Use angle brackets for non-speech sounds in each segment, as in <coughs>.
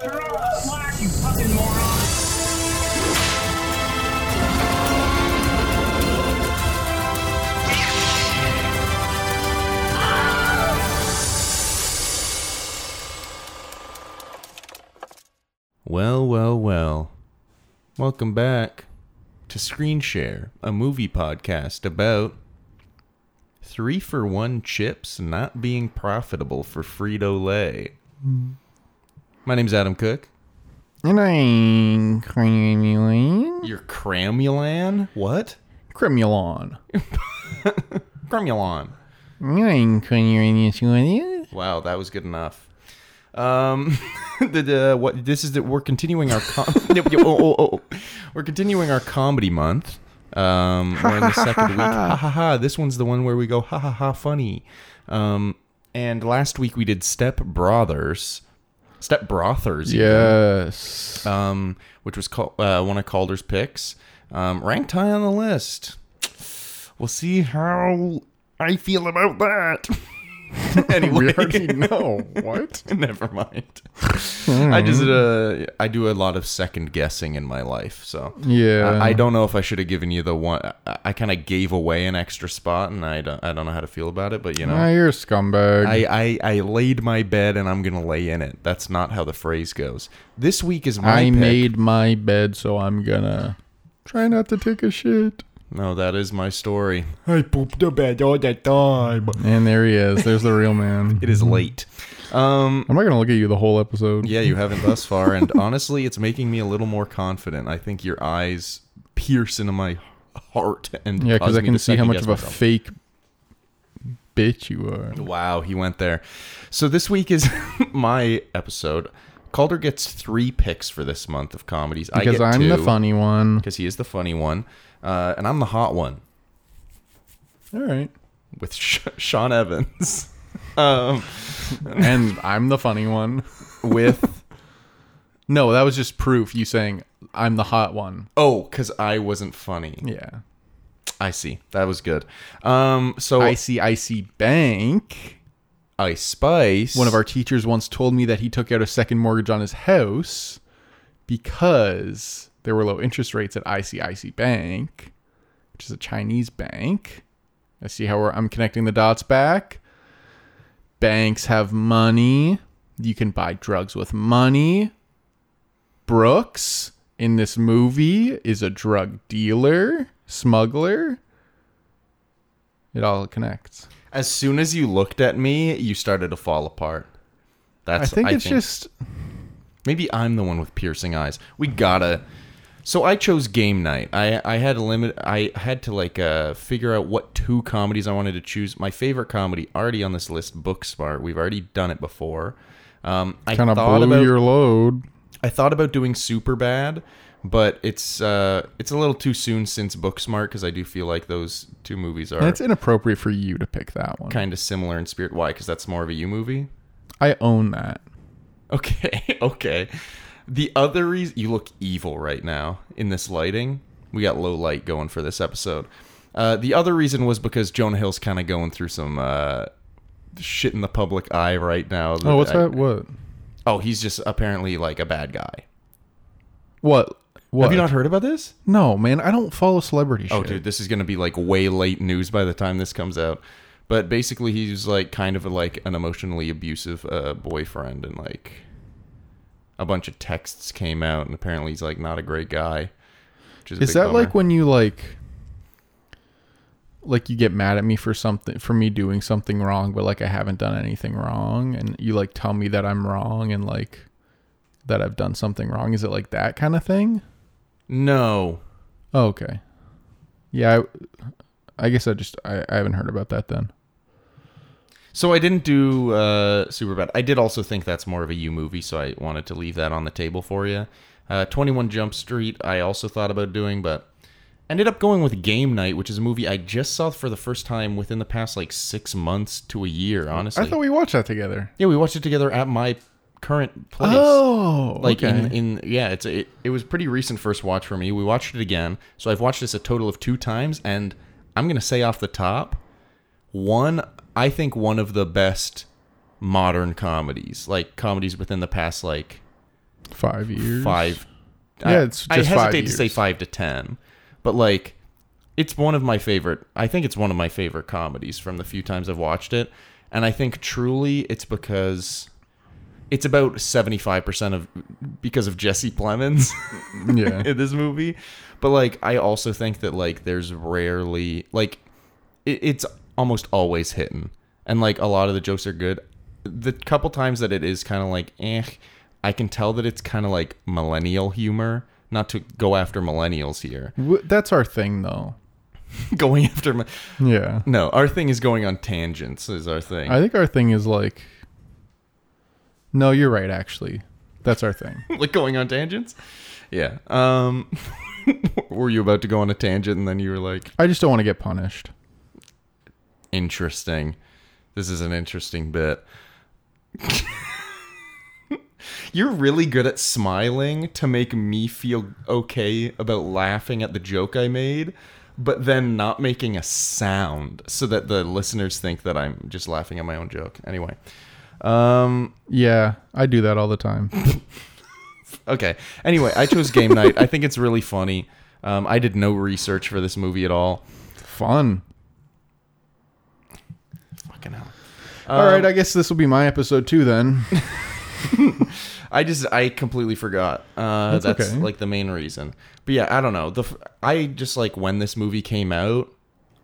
They're all black, you fucking moron. Well, well, well. Welcome back to Screen Share, a movie podcast about three for one chips not being profitable for Frito Lay. My name's Adam Cook. And I ain't cremulon. You're Cramulan? What? Cremulon. <laughs> Cramulan. I ain't cremulon with you. Wow, that was good enough. Um, <laughs> the, the, what this is that we're continuing our <laughs> com- Yep, yep, oh, oh, oh. we're continuing our comedy month. Um, we're in the second week. Ha ha ha! This one's the one where we go ha ha ha funny. Um, and last week we did Step Brothers, Step Brothers, even, Yes. um, which was called uh, one of Calder's picks. Um, ranked high on the list. We'll see how I feel about that. <laughs> anyway, we already know. What? <laughs> Hmm. Never mind. I just uh, I do a lot of second guessing in my life, so Yeah. I, I don't know if I should have given you the one. I, I kind of gave away an extra spot, and I don't I don't know how to feel about it. But you know, Ah, you're a scumbag. I, I I laid my bed, and I'm gonna lay in it. That's not how the phrase goes. This week is my I pick. made my bed, so I'm gonna try not to take a shit. No, that is my story. I pooped the bed all the time. And there he is. There's the real man. <laughs> It is late. Um, I'm not gonna look at you the whole episode. yeah, you haven't thus <laughs> far, and honestly, it's making me a little more confident. I think your eyes pierce into my heart, and Yeah, cause because I me can to see how much second-guess of a myself. fake bitch you are. Wow, he went there. So this week is <laughs> my episode. Calder gets three picks for this month of comedies. Because I get I'm two, the funny one. Because he is the funny one, uh, and I'm the hot one All <laughs> right. with Sh- Sean Evans, <laughs> um, and I'm the funny one. with <laughs> No, that was just proof you saying I'm the hot one. oh, because I wasn't funny. Yeah. I see. That was good. Um, so I, Icy Icy Bank. Spice, One of our teachers once told me that he took out a second mortgage on his house because there were low interest rates at Icy Icy Bank, which is a Chinese bank. I see how we're, I'm connecting the dots back. Banks have money. You can buy drugs with money. Brooks in this movie is a drug dealer, smuggler. It all connects. As soon as you looked at me, you started to fall apart. I That's think it's just Maybe I'm the one with piercing eyes. We gotta. So I chose game night. I I had a limit. I had to like uh, figure out what two comedies I wanted to choose. My favorite comedy already on this list, Booksmart. We've already done it before. Um, I kind of thought blew about your load. I thought about doing Super Bad, but it's uh it's a little too soon since Booksmart because I do feel like those two movies are That's inappropriate for you to pick that one. kind of similar in spirit. Why? Because that's more of a you movie. <laughs> I own that. Okay, okay. The other reason you look evil right now in this lighting. We got low light going for this episode. Uh, the other reason was because Jonah Hill's kind of going through some uh, shit in the public eye right now. Oh, what's I- that? What? Oh, he's just apparently like a bad guy. What? What? Have you not heard about this? no, man, I don't follow celebrity shit. Oh, dude, this is gonna be like way late news by the time this comes out. But basically, he's like kind of like an emotionally abusive uh, boyfriend, and like a bunch of texts came out, and apparently he's like not a great guy. Which is a Is big that bummer. like when you like, like you get mad at me for something for me doing something wrong, but like I haven't done anything wrong, and you like tell me that I'm wrong and like that I've done something wrong? Is it like that kind of thing? no? Oh, okay. Yeah, I, I guess I just I, I haven't heard about that then. So I didn't do uh, super bad. I did also think that's more of a you movie, so I wanted to leave that on the table for you. Uh, Twenty One Jump Street, I also thought about doing, but ended up going with Game Night, which is a movie I just saw for the first time within the past like six months to a year. Honestly, I thought we watched that together. Yeah, we watched it together at my current place. Oh, like in, in yeah, it's it, it was pretty recent first watch for me. We watched it again, so I've watched this a total of two times, and I'm gonna say off the top, one I think one of the best modern comedies, like comedies within the past like Five years. five. Yeah, I- it's I just hesitate five to say years. five to ten, but like, it's one of my favorite. I think it's one of my favorite comedies from the few times I've watched it, and I think truly it's because it's about seventy five percent of because of Jesse Plemons <laughs> <laughs> Yeah. in this movie, but like I also think that like there's rarely like it, it's almost always hitting, and like a lot of the jokes are good. The couple times that it is kind of like eh, I can tell that it's kind of like millennial humor. Not to go after millennials here, <laughs> W- That's our thing, though. going after mi- Yeah. no, our thing is going on tangents is our thing. I think our thing is like. No, you're right. Actually, that's our thing. <laughs> like going on tangents, yeah. Um, <laughs> were you about to go on a tangent and then you were like, I just don't want to get punished. interesting. This is an interesting bit. <laughs> You're really good at smiling to make me feel okay about laughing at the joke I made, but then not making a sound so that the listeners think that I'm just laughing at my own joke. Anyway. Um Yeah, I do that all the <laughs> time. okay. Anyway, I chose game <laughs> night. I think it's really funny. Um, I did no research for this movie at all. Fun. Fucking hell. Um, all right, I guess this will be my episode too <laughs> then. I just I completely forgot. Uh, that's That's okay. like the main reason. But yeah, I don't know. The f- I just like when this movie came out,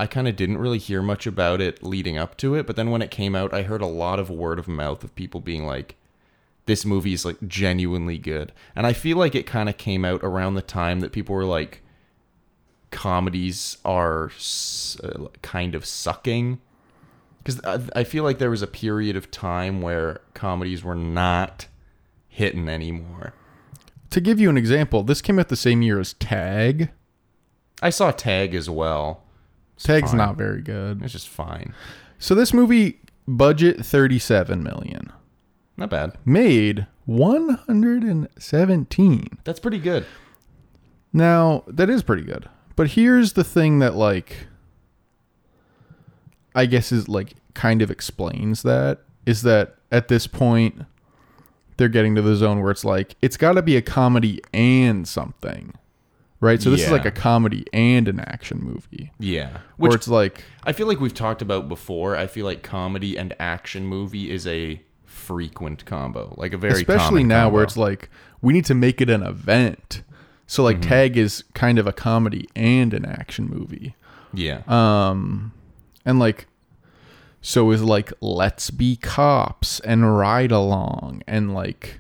I kind of didn't really hear much about it leading up to it. But then when it came out, I heard a lot of word of mouth of people being like, "This movie is like genuinely good." And I feel like it kind of came out around the time that people were like, "Comedies are s- uh, kind of sucking." Because I I feel like there was a period of time where comedies were not hitting anymore. to give you an example, this came out the same year as Tag. I saw Tag as well. Tag's fine. not very good. It's just fine. So this movie budget 37 million, Not bad. made 117. That's pretty good. Now, that is pretty good. But here's the thing that like I guess is like kind of explains that is that at this point they're getting to the zone where it's like it's got to be a comedy and something. Right? So this is Yeah. like a comedy and an action movie. Yeah. Where Which it's like I feel like we've talked about before. I feel like comedy and action movie is a frequent combo, like a very especially common now combo. where it's like we need to make it an event. So like Mm-hmm. Tag is kind of a comedy and an action movie. yeah. Um, And like, so is like, let's be cops and ride along and like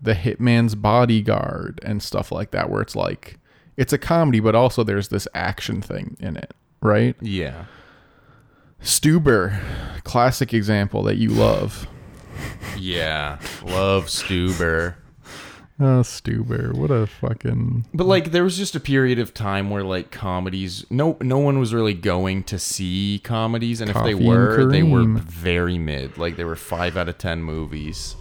the hitman's bodyguard and stuff like that, where it's like, it's a comedy, but also there's this action thing in it, right? yeah. Stuber, classic example that you love. Yeah. Love Stuber. Oh, Stuber, what a fucking. But like there was just a period of time where like comedies no no one was really going to see comedies and Coffee if and they were they were Kareem. very mid. Like they were 5 out of 10 movies.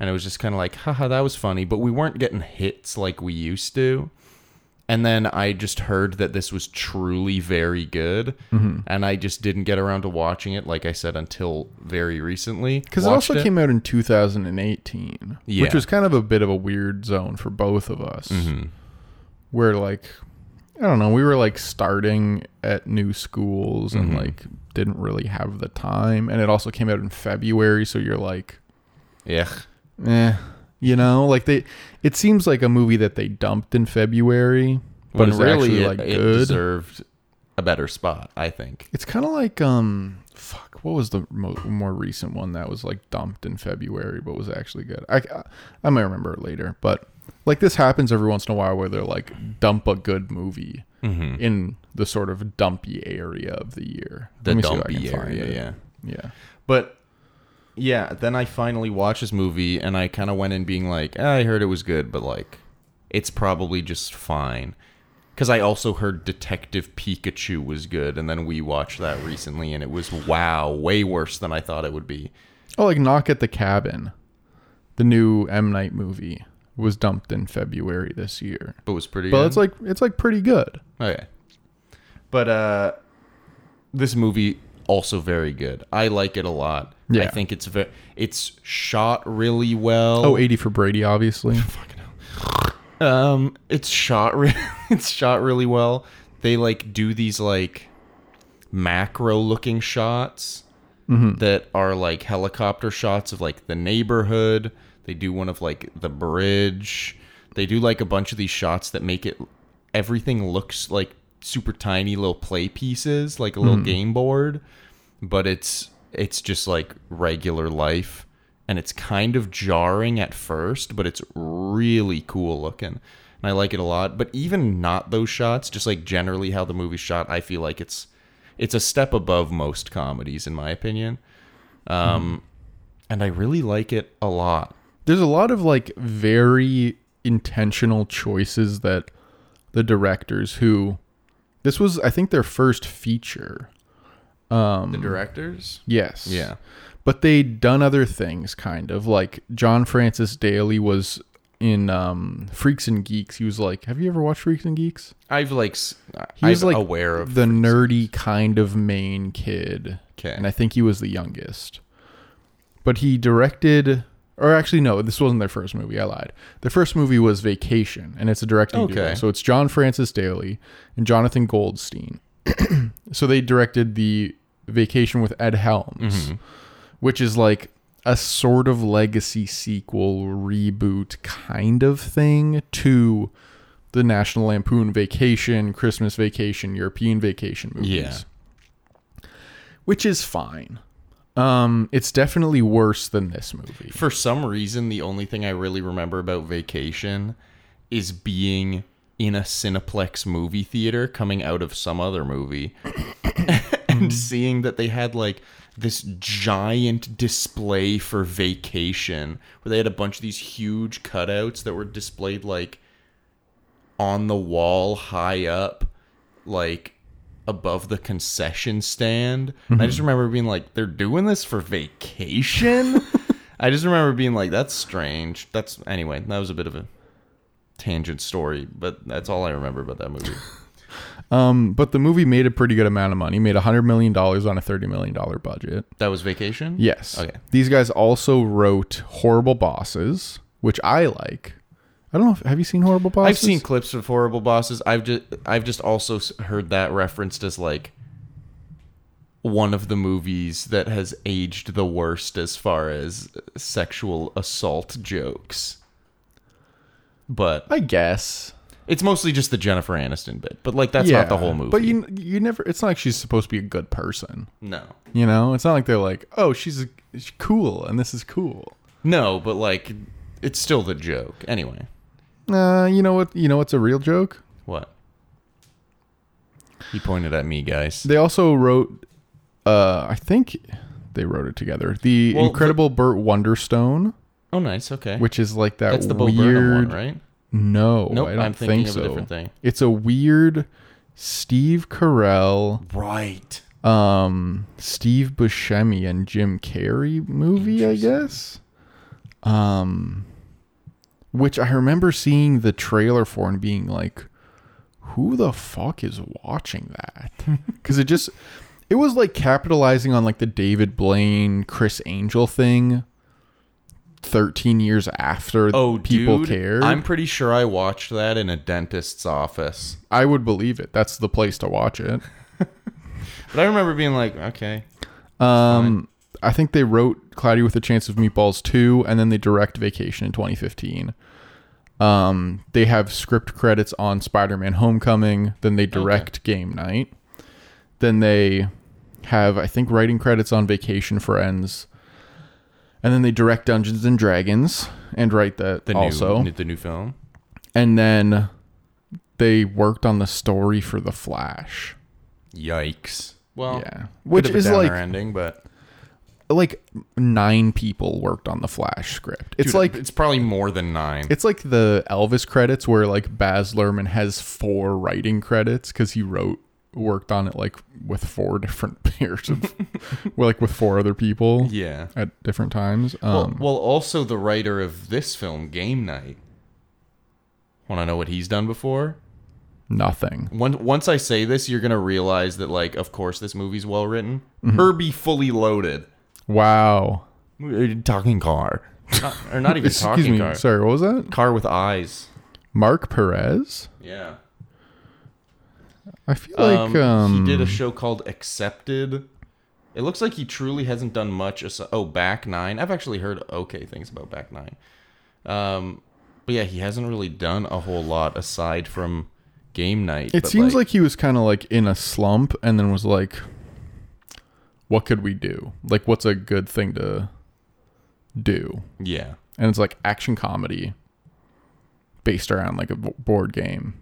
And it was just kind of like haha that was funny, but we weren't getting hits like we used to. And then I just heard that this was truly very good Mm-hmm. and I just didn't get around to watching it like I said until very recently. Because it Watched also came out in 2018, Yeah. Mm-hmm. which was kind of a bit of a weird zone for both of us. Where, like, I don't know, we were like starting at new schools and like didn't really have the time. And it also came out in February. So you're like, Yeah. eh, you know, like they, it seems like a movie that they dumped in February, but But it's actually really it, like it good. deserved a better spot, I think. It's kind of like um, fuck. What was the mo- more recent one that was like dumped in February, but was actually good? I I- I might remember it later, but like this happens every once in a while where they're like dump a good movie Mm-hmm. in the sort of dumpy area of the year. The Let me see if I dumpy can find area, it. yeah. yeah. But yeah, then I finally watched this movie and I kind of went in being like, "Eh, I heard it was good, but like, it's probably just fine. Because I also heard Detective Pikachu was good, and then we watched that recently and it was wow, way worse than I thought it would be. Oh, like Knock at the Cabin, the new M Night movie was dumped in February this year, But it was pretty but good. it's like it's like pretty good. Okay. But uh this movie also very good. I like it a lot. I Yeah. think it's very it's shot really well. Oh. Oh, 80 Oh, for Brady, obviously. <laughs> fucking hell. Um, it's shot. Re- <laughs> it's shot really well. They like do these like macro-looking shots that are like helicopter shots of like the neighborhood. They do one of like the bridge. They do like a bunch of these shots that make it everything looks like super tiny little play pieces, like a little game board, but it's it's just like regular life and it's kind of jarring at first, but it's really cool looking. And I like it a lot, but even not those shots, just like generally how the movie's shot, I feel like it's it's a step above most comedies in my opinion. Um and I really like it a lot. there's a lot of like very intentional choices that the directors who this was i think their first feature Um, The directors? yes Yeah. but they'd done other things kind of like john francis daly was in um freaks and geeks he was like have you ever watched freaks and geeks I've like s- he was I'm like aware of the nerdy kind of main kid 'Kay. and i think he was the youngest but he directed or actually no this wasn't their first movie i lied their first movie was vacation and it's a directing duo Okay. so it's john francis daly and jonathan goldstein <clears throat> so they directed the vacation with ed helms Mm-hmm. which is like a sort of legacy sequel reboot kind of thing to the National Lampoon Vacation, Christmas Vacation, European Vacation movies. Yeah. Which is fine. Um, it's definitely worse than this movie. for some reason the only thing i really remember about vacation is being in a cineplex movie theater coming out of some other movie <coughs> and seeing that they had like this giant display for vacation where they had a bunch of these huge cutouts that were displayed like on the wall high up like above the concession stand and i just remember being like they're doing this for vacation i just remember being like that's strange that's anyway that was a bit of a tangent story but that's all i remember about <laughs> that movie Um, but the movie made a pretty good amount of money, made $100 million on a $30 million budget. that was vacation Yes. Okay. These guys also wrote Horrible Bosses, which I like. I don't know. If, have you seen Horrible Bosses? I've seen clips of horrible bosses. I've just I've just also s- heard that referenced as like one of the movies that has aged the worst as far as sexual assault jokes. But I guess. it's mostly just the Jennifer Aniston bit. But like that's not the whole movie. But you you never. It's not like she's supposed to be a good person. no. You know, it's not like they're like, oh, she's, a, she's cool and this is cool. No, but like it's still the joke. Anyway. Uh, you know what? You know what's a real joke? What? He pointed at me, guys. They also wrote, uh, I think they wrote it together. The Well, the- Incredible Burt Wonderstone, oh nice, okay. which is like that that's the Bo Burnham weird. one, right? No, Nope, I don't I'm thinking think of so. a different thing. It's a weird Steve Carell, Right. um, Steve Buscemi, and Jim Carrey movie, I guess. Um, which I remember seeing the trailer for and being like, "Who the fuck is watching <laughs> that?" Because it just, it was like capitalizing on like the David Blaine, Chris Angel thing. Thirteen years after oh people dude, cared. i'm pretty sure i watched that in a dentist's office I would believe it. That's the place to watch it. but i remember being like okay Um, I think they wrote Cloudy with a Chance of Meatballs 2 and then they direct Vacation in 2015. Um, they have script credits on Spider Man Homecoming. Then they direct Game Night. Then they have, I think, writing credits on Vacation Friends. And then they direct Dungeons and Dragons and write that the also. new the new film And then they worked on the story for The Flash. yikes well Yeah. bit Which of a is downer like- ending but like nine people worked on the Flash script. It's dude, like it's probably more than nine it's like the Elvis credits where like Baz Luhrmann has four writing credits because he wrote worked on it like with four different <laughs> pairs <laughs> of well, like with four other people yeah at different times. well, Um, well also the writer of this film game night want to know what he's done before nothing. Once once I say this, you're gonna realize that like, of course, this movie's well written. Mm-hmm. Herbie Fully Loaded, Wow. talking car, not, or not Uh, <laughs> even Excuse talking me. car, Sorry, what was that? car with eyes. Mark Perez. Yeah. I feel like um, he did a show called Accepted. It looks like he truly hasn't done much. as- Oh, Back Nine. I've actually heard okay things about Back Nine. Um, but yeah, he hasn't really done a whole lot aside from game night. It but, seems like, he was kind of like in a slump and then was like, what could we do? Like, what's a good thing to do? yeah, And it's like action comedy based around like a bo- board game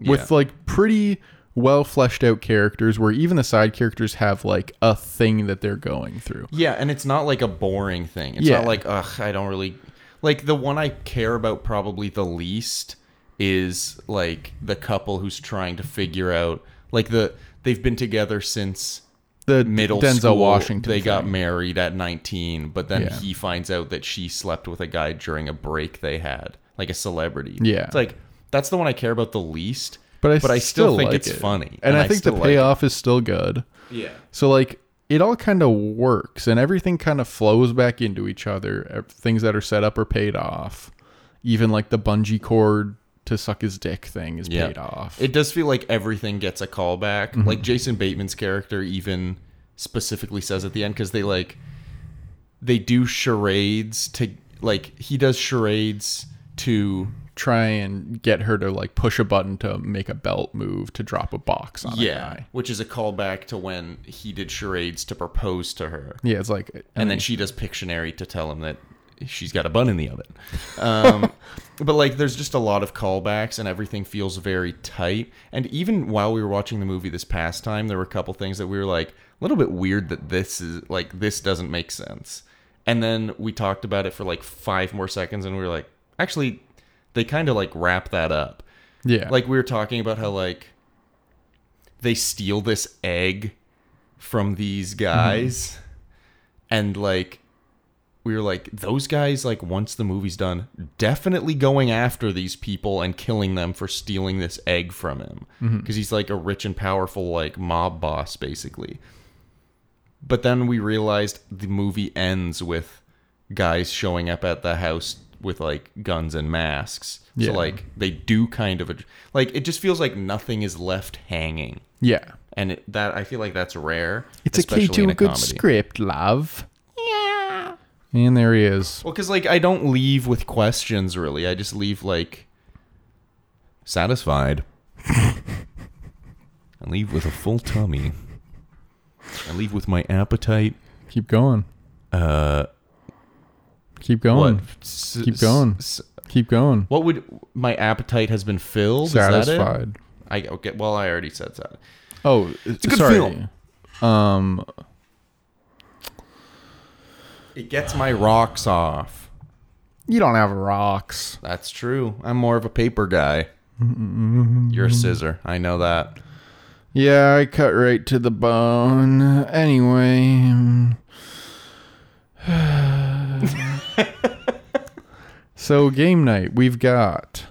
with Yeah. like pretty well fleshed out characters where even the side characters have like a thing that they're going through. yeah, and it's not like a boring thing. It's Yeah. not like ugh, I don't really like the one I care about probably the least is like the couple who's trying to figure out like the they've been together since The middle Denzel school, Washington. They got thing. married at 19, but then Yeah. he finds out that she slept with a guy during a break they had, like a celebrity. Yeah. it's like that's the one I care about the least. But I, still, think like it's it. funny, And, I think still the like it. payoff is still good. yeah, So like it all kind of works and everything kind of flows back into each other. Ev- Things that are set up are paid off. Even like the bungee cord to suck his dick thing is yeah. paid off. It does feel like everything gets a callback. Mm-hmm. Like Jason Bateman's character even specifically says at the end because they like they do charades to like he does charades to Try and get her to like push a button to make a belt move to drop a box on a guy. which is a callback to when he did charades to propose to her, Yeah, it's like uh, and then she does Pictionary to tell him that she's got a bun in the oven. Um, but like, there's just a lot of callbacks, and everything feels very tight. And even while we were watching the movie this past time, there were a couple things that we were like a little bit weird that this is like this doesn't make sense. And then we talked about it for like five more seconds, and we were like, actually, they kind of like wrap that up yeah, like we were talking about how like they steal this egg from these guys and like we were like those guys like once the movie's done definitely going after these people and killing them for stealing this egg from him because Mm-hmm. he's like a rich and powerful like mob boss basically but then we realized the movie ends with guys showing up at the house with like guns and masks Yeah. so like they do kind of a, like it just feels like nothing is left hanging yeah. and it, that I feel like that's rare. It's a key especially to in a good comedy. script, love. Yeah. And there he is. Well, because like I don't leave with questions really. I just leave like satisfied. I leave with a full tummy. I leave with my appetite. Keep going. Uh, Keep going. what? S- Keep going. s- Keep going. what would my appetite has been filled? Is that it? Satisfied. I okay. Well, I already said that. Oh, it's a good sorry. film. Um, It gets my rocks off. you don't have rocks. That's true. I'm more of a paper guy. You're a scissor. I know that. Yeah, I cut right to the bone. Anyway. um, <sighs> so, game night, we've got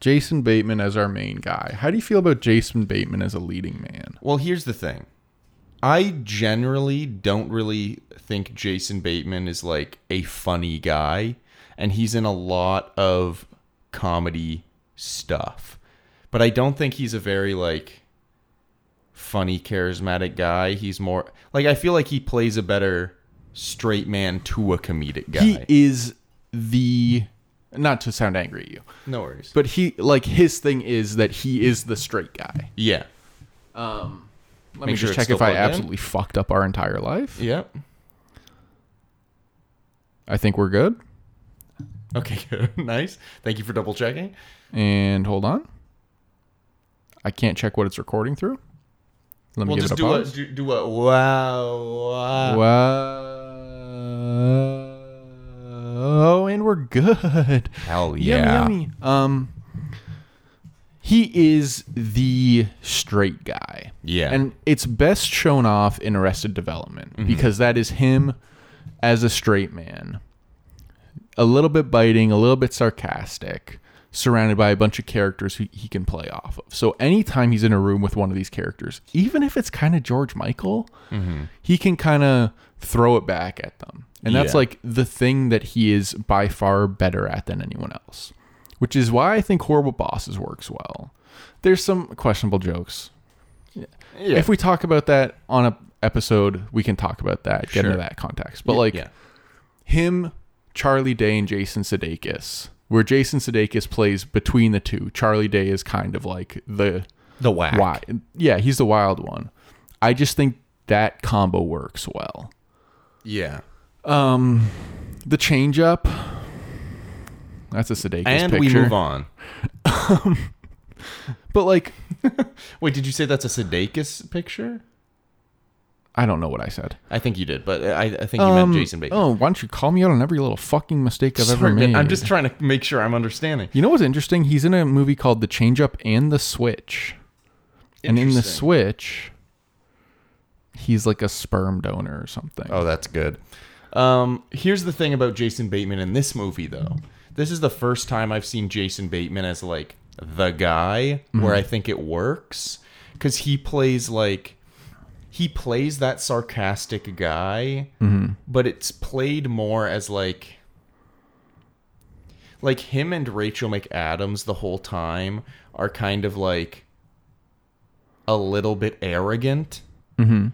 Jason Bateman as our main guy. How do you feel about Jason Bateman as a leading man? Well, here's the thing. I generally don't really think Jason Bateman is like a funny guy, and he's in a lot of comedy stuff. But I don't think he's a very like funny, charismatic guy. He's more like I feel like he plays a better straight man to a comedic guy. is the. Not to sound angry at you, no worries. but he, like, his thing is that he is the straight guy. yeah. Um, Let Make me sure just it's check still if I plugged in. absolutely fucked up our entire life. Yep. I think we're good. Okay, <laughs> good. nice. Thank you for double checking. And hold on. I can't check what it's recording through. Let me We'll give just it a do Uh, a, pause. do, do a wow, wow. Wow. Oh, and we're <laughs> good. Hell Yummy, yummy. Um he is the straight guy. Yeah. Mm-hmm. And it's best shown off in Arrested Development because that is him as a straight man. A little bit biting, a little bit sarcastic, surrounded by a bunch of characters who he can play off of. So anytime he's in a room with one of these characters, even if it's kind of George Michael, Mm-hmm. he can kind of throw it back at them. And that's Yeah. like the thing that he is by far better at than anyone else. which is why I think Horrible Bosses works well. There's some questionable jokes. Yeah. If we talk about that on a episode, we can talk about that, get into Sure. that context. But like yeah. him, Charlie Day, and Jason Sudeikis, where Jason Sudeikis plays between the two. Charlie Day is kind of like the the whack. why? Yeah, he's the wild one. I just think that combo works well. Yeah. Um, the change up. That's a Sudeikis And picture. we move on. But like, Wait, did you say that's a Sudeikis picture? I don't know what I said. I think you did, but I, I think you meant Um, Jason Baker. Oh, why don't you call me out on every little fucking mistake I've Sorry, ever man, made? I'm just trying to make sure I'm understanding. You know what's interesting? He's in a movie called The Change Up and The Switch. And in The Interesting. Switch, he's like a sperm donor or something. Oh, that's good. Um, here's the thing about Jason Bateman in this movie, though. This is the first time I've seen Jason Bateman as like the guy where I think it works because he plays like he plays that sarcastic guy, but it's played more as like like him and Rachel McAdams the whole time are kind of like a little bit arrogant Mm-hmm.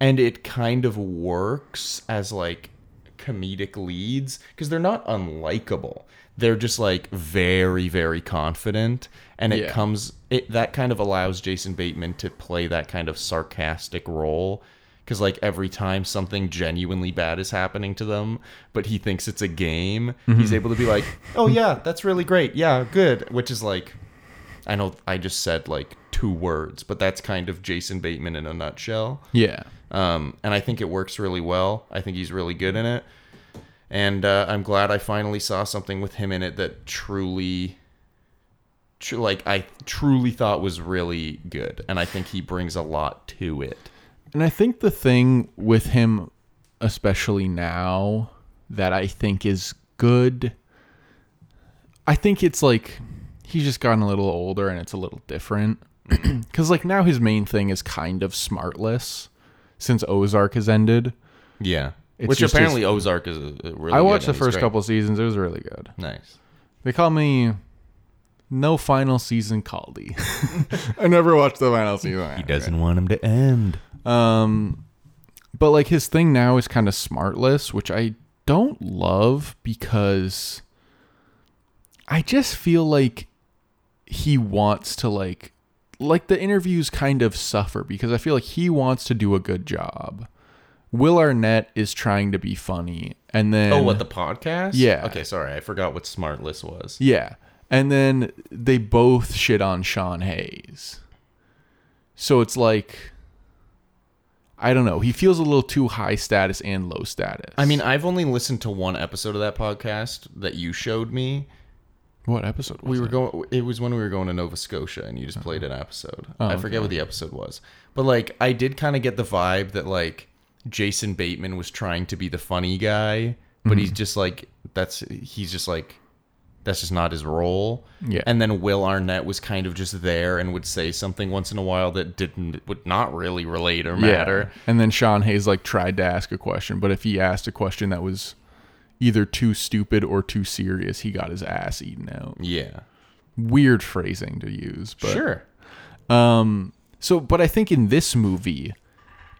and it kind of works as like comedic leads because they're not unlikable they're just like very very confident and it Yeah. comes it that kind of allows jason bateman to play that kind of sarcastic role because like every time something genuinely bad is happening to them but he thinks it's a game he's able to be like oh yeah that's really great yeah good which is like i know i just said like two words but that's kind of jason bateman in a nutshell Yeah. um, and I think it works really well. I think he's really good in it, and uh, I'm glad I finally saw something with him in it that truly, tru- like I truly thought was really good, and I think he brings a lot to it. And I think the thing with him, especially now, that I think is good, I think it's like he's just gotten a little older and it's a little different. <clears throat> Because, like, now his main thing is kind of smartless since Ozark has ended. Yeah, It's which just apparently Ozark is a a really. I good watched the and he's first great. couple seasons, it was really good. Nice. They call me No Final Season Caldy. <laughs> I never watched the final season. He want him to end. Um, but like his thing now is kind of smartless, which I don't love because I just feel like he wants to like like the interviews kind of suffer because I feel like he wants to do a good job. Will Arnett is trying to be funny, and then Oh, what the podcast? Yeah. Okay, sorry, I forgot what Smartless was. Yeah. And then they both shit on Sean Hayes. So it's like I don't know. He feels a little too high status and low status. I mean, I've only listened to one episode of that podcast that you showed me, what episode was We were it? going. It was when we were going to Nova Scotia, and you just played Uh-huh. an episode. Oh, I forget what the episode was, but like I did kind of get the vibe that like Jason Bateman was trying to be the funny guy, but Mm-hmm. he's just like that's he's just like that's just not his role. Yeah. And then Will Arnett was kind of just there and would say something once in a while that didn't would not really relate or matter. Yeah. And then Sean Hayes like tried to ask a question, but if he asked a question that was either too stupid or too serious, he got his ass eaten out. Yeah. Weird phrasing to use, but sure. um so but I think in this movie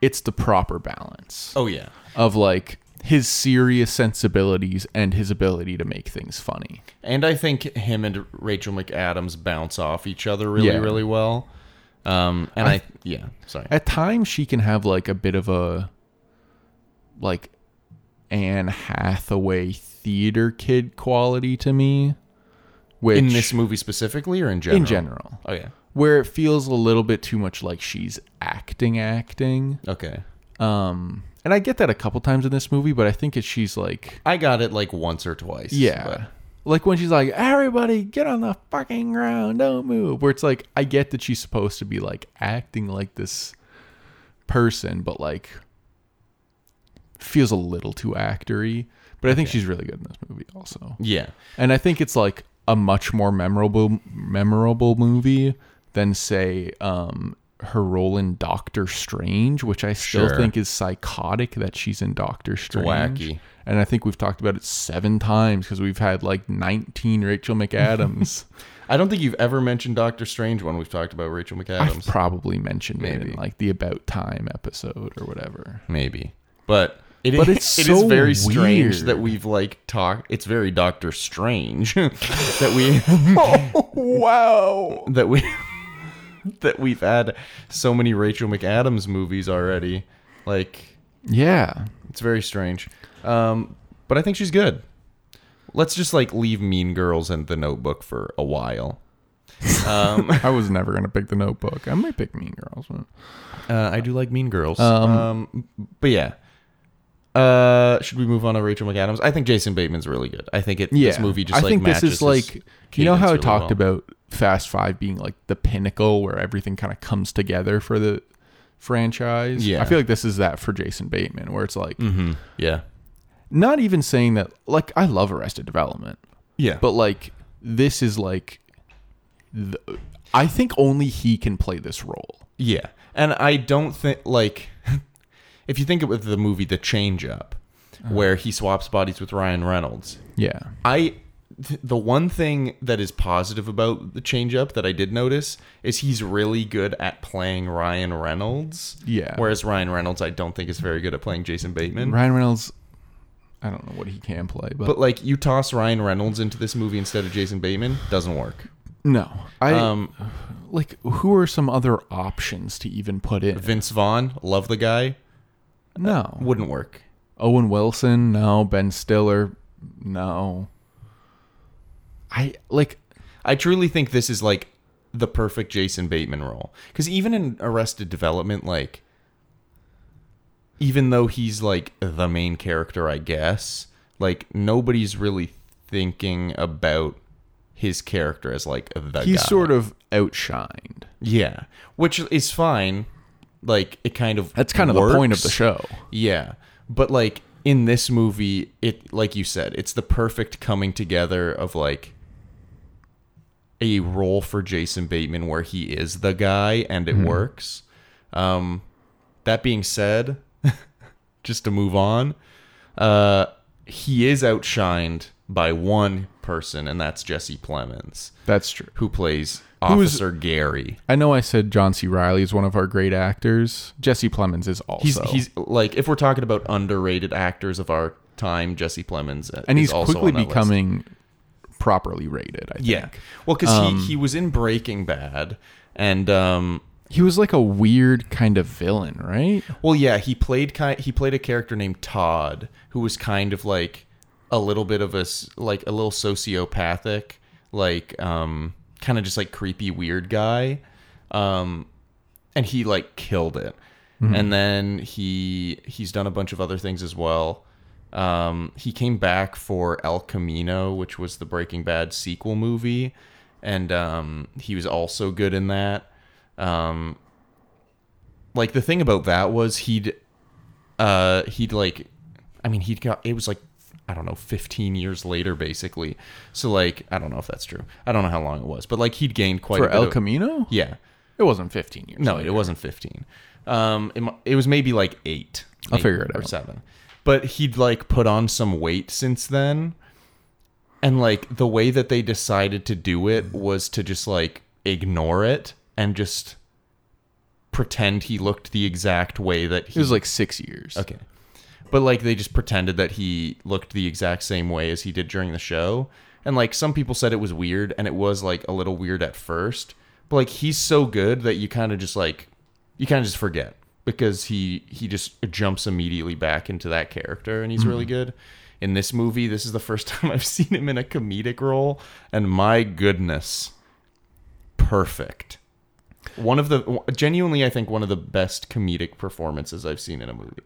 it's the proper balance. Oh yeah. of like his serious sensibilities and his ability to make things funny. And I think him and Rachel McAdams bounce off each other really, Yeah. really well. Um, and I, yeah, sorry. At times she can have like a bit of a like Anne Hathaway theater kid quality to me. Which in this movie specifically, or in general? in general. Oh yeah. Where it feels a little bit too much like she's acting acting. Okay. Um and I get that a couple times in this movie, but I think it's she's like I got it like once or twice. Yeah. but- Like when she's like, everybody get on the fucking ground, don't move. Where it's like, I get that she's supposed to be like acting like this person, but like feels a little too actory. But I think she's really good in this movie also. yeah. And I think it's like a much more memorable memorable movie than say um her role in Doctor Strange, which I still Sure. think is psychotic that she's in Doctor Strange. wacky. And I think we've talked about it seven times because we've had like 19 Rachel <laughs> McAdams. I don't think you've ever mentioned Doctor Strange when we've talked about Rachel I've McAdams. probably mentioned it Maybe. in like the About Time episode or whatever. Maybe, but it, But is- it's it is so very strange weird. that we've like talked. It's very Doctor Strange <laughs> that we <laughs> <laughs> Oh, Oh. wow. that we <laughs> that we've had so many Rachel McAdams movies already. Like Yeah. it's very strange. Um, but I think she's good. Let's just like leave Mean Girls and The Notebook for a while. Um, I was never going to pick the notebook. I might pick Mean Girls. but- <laughs> Uh, I do like Mean Girls. Um, but yeah. Uh, should we move on to Rachel McAdams? I think Jason Bateman's really good. I think it, this movie just I like think this matches is his like you know cadence how I really talked well. about Fast Five being like the pinnacle where everything kind of comes together for the franchise. Yeah. I feel like this is that for Jason Bateman, where it's like Mhm. Yeah. not even saying that like I love Arrested Development, Yeah. but like this is like the, I think only he can play this role. Yeah, and I don't think like <laughs> if you think of the movie The Change Up, Uh-huh. where he swaps bodies with Ryan Reynolds. Yeah, I th- the one thing that is positive about The Change Up that I did notice is he's really good at playing Ryan Reynolds. Yeah. whereas Ryan Reynolds I don't think is very good at playing Jason Bateman. Ryan Reynolds. I don't know what he can play, but, But like you toss Ryan Reynolds into this movie instead of Jason Bateman doesn't work. no, I Oh, Um, like who are some other options to even put in? Vince Vaughn, love the guy, No, wouldn't work. Owen Wilson, no. Ben Stiller, no. I like I truly think this is like the perfect Jason Bateman role because even in Arrested Development, like, even though he's like the main character, I guess, like nobody's really thinking about his character as like the he's guy. sort of outshined. yeah, which is fine. Like it kind of That's kind of the point of the works. show. Yeah. But like in this movie, it like you said, it's the perfect coming together of like a role for Jason Bateman where he is the guy and it works. Um that being said, <laughs> just to move on, uh he is outshined by one person and that's Jesse Plemons, That's true. who plays Who's- Officer Gary. I know I said John C. Riley is one of our great actors. Jesse Plemons is also. He's he's like if we're talking about underrated actors of our time, Jesse Plemons, uh, and is he's also quickly on that list. becoming properly rated. I think. Um, yeah. Well, because he he was in Breaking Bad, and um, He was like a weird kind of villain, right? well, yeah, he played kind he played a character named Todd who was kind of like a little bit of a s- like a little sociopathic, like um, kind of just like creepy weird guy, um, and he like killed it. Mm-hmm. And then he he's done a bunch of other things as well. Um, he came back for El Camino, which was the Breaking Bad sequel movie, and um, he was also good in that. Um, like the thing about that was he'd uh he'd like i mean he'd got it was like i don't know 15 years later basically so like i don't know if that's true i don't know how long it was but like he'd gained quite a For bit El of- Camino? yeah It wasn't 15 years. no later. it wasn't 15 um it, mu- it was maybe like eight I'll maybe, figure it or out. seven but he'd like put on some weight since then and like the way that they decided to do it was to just like ignore it and just pretend he looked the exact way that It he was like six years. Okay. But like they just pretended that he looked the exact same way as he did during the show. And like some people said it was weird and it was like a little weird at first. But like he's so good that you kind of just like you kind of just forget because he he just jumps immediately back into that character and he's really good. In this movie, this is the first <laughs> time I've seen him in a comedic role and my goodness. Perfect. One of the genuinely I think one of the best comedic performances I've seen in a movie.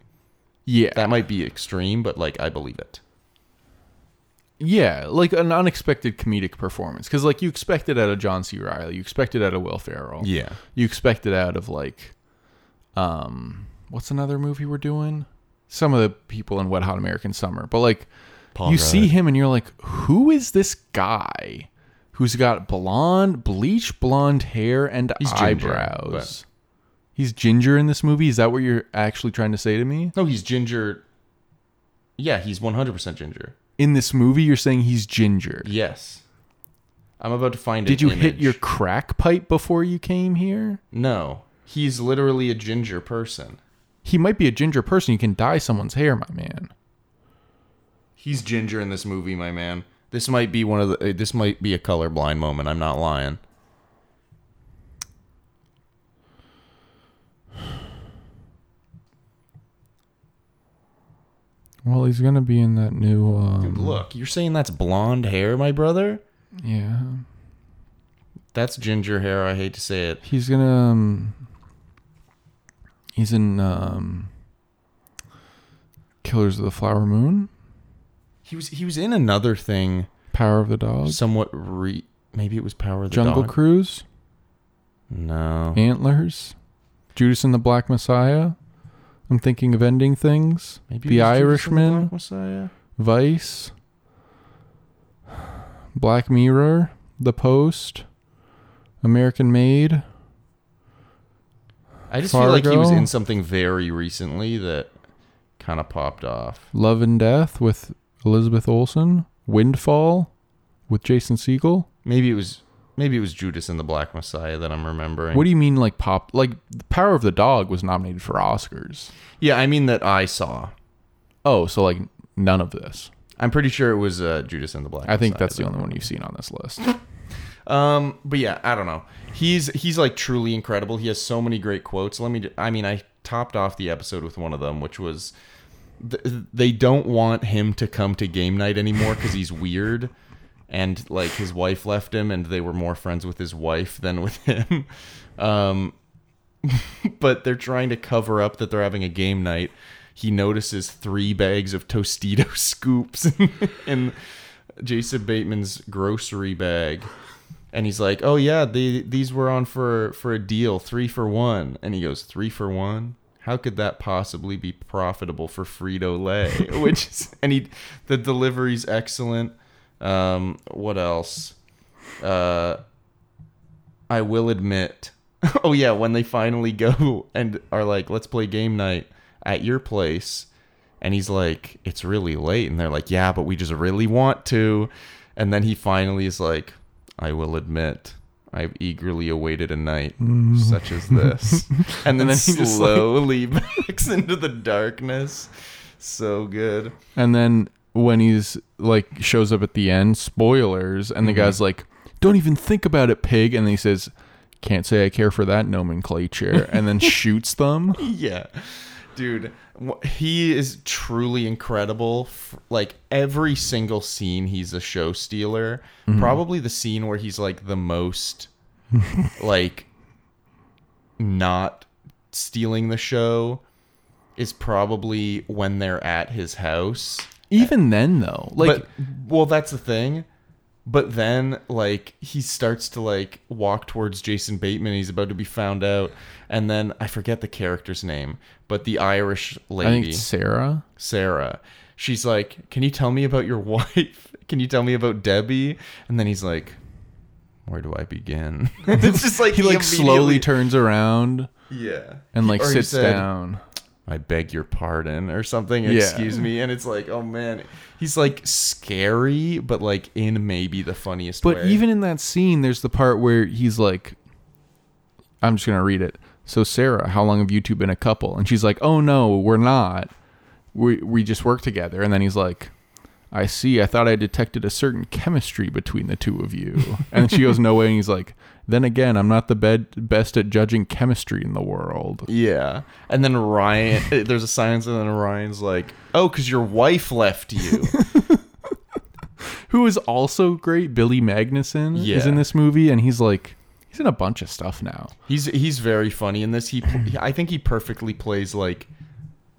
Yeah. That might be extreme, but like I believe it. Yeah, like an unexpected comedic performance. Because, like, you expect it out of John C. Riley. You expect it out of Will Ferrell. Yeah. You expect it out of, like, um, what's another movie we're doing? Some of the people in Wet Hot American Summer. But, like, Paul you Rudd. see him and you're like, who is this guy who's got blonde, bleach blonde hair and He's ginger, eyebrows? He's ginger in this movie. Is that what you're actually trying to say to me? No, he's ginger. Yeah, he's 100% ginger. In this movie, you're saying he's ginger. Yes. I'm about to find Did an you hit image. your crack pipe before you came here? No. He's literally a ginger person. He might be a ginger person. You can dye someone's hair, my man. He's ginger in this movie, my man. This might be one of the uh, this might be a colorblind moment. I'm not lying. Well, he's gonna be in that new. Um, Look, you're saying that's blonde hair, my brother? yeah, That's ginger hair. I hate to say it. he's gonna. Um, he's in um, Killers of the Flower Moon, He was he was in another thing Power of the Dog, somewhat re maybe it was Power of the Oh. Jungle Dog. Cruise, No. Antlers, Judas and the Black Messiah. I'm thinking of ending things. Maybe it the was Judas and the Irishman, Black Messiah. Vice, Black Mirror, The Post, American Made. I just feel like he was Fargo. in something very recently that kind of popped off. Love and Death with Elizabeth Olsen, Windfall with Jason Segel. Maybe it was maybe it was Judas and the Black Messiah that I'm remembering. What do you mean, like pop? Like The Power of the Dog was nominated for Oscars. yeah, I mean that I saw. Oh, so like none of this. I'm pretty sure it was uh, Judas and the Black. I think Messiah, that's the only one you've seen on this list. but- Um, but yeah, I don't know. He's he's like truly incredible. He has so many great quotes. Let me. ju- I mean, I topped off the episode with one of them, which was th- they don't want him to come to game night anymore because he's weird. And like his wife left him, and they were more friends with his wife than with him. Um, <laughs> but they're trying to cover up that they're having a game night. He notices three bags of Tostito <laughs> scoops in Jason Bateman's grocery bag. And he's like, "Oh yeah, they, these were on for for a deal, 3 for 1." And he goes, "3 for 1? How could that possibly be profitable for Frito-Lay?" <laughs> Which is and he the delivery's excellent. Um what else? Uh I will admit. <laughs> Oh yeah, when they finally go and are like, "Let's play game night at your place," and he's like, "It's really late," and they're like, "Yeah, but we just really want to," and then he finally is like, "I will admit." I've eagerly awaited a night such as <laughs> this, and then, then he he just, like- Mm. <laughs> slowly backs into the darkness. So good. And then when he's like shows up at the end, spoilers, and the guy's like, "Don't even think about it, pig." And then he says, "Can't say I care for that nomenclature," and then shoots them. <laughs> yeah dude wh- he is truly incredible F- like every single scene he's a show stealer probably the scene where he's like the most like not stealing the show is probably when they're at his house Even then, though, like but well that's the thing but then like he starts to like walk towards jason bateman he's about to be found out and then i forget the character's name but the I irish think lady it's Sarah. sarah she's like can you tell me about your <laughs> wife can you tell me about debbie and then he's like where do i begin <laughs> it's just like He like slowly immediately- turns around yeah and like Or he sits said, down. I beg your pardon or something. Excuse me. And it's like, oh man, he's like scary, but like in maybe the funniest But way. even in that scene, there's the part where he's like, I'm just going to read it. So, Sarah, how long have you two been a couple? And she's like, Oh, no, we're not. We, we just work together. And then he's like, I see. I thought I detected a certain chemistry between the two of <laughs> you. And she goes, No way. And he's like, Then again, I'm not the bed, best at judging chemistry in the world. yeah. And then Ryan, <laughs> there's a silence, and then Ryan's like, oh, because your wife <laughs> left you. Who is also great. Billy Magnuson is Yeah. in this movie. And he's like, He's in a bunch of stuff now. he's he's very funny in this. He, pl- I think he perfectly plays like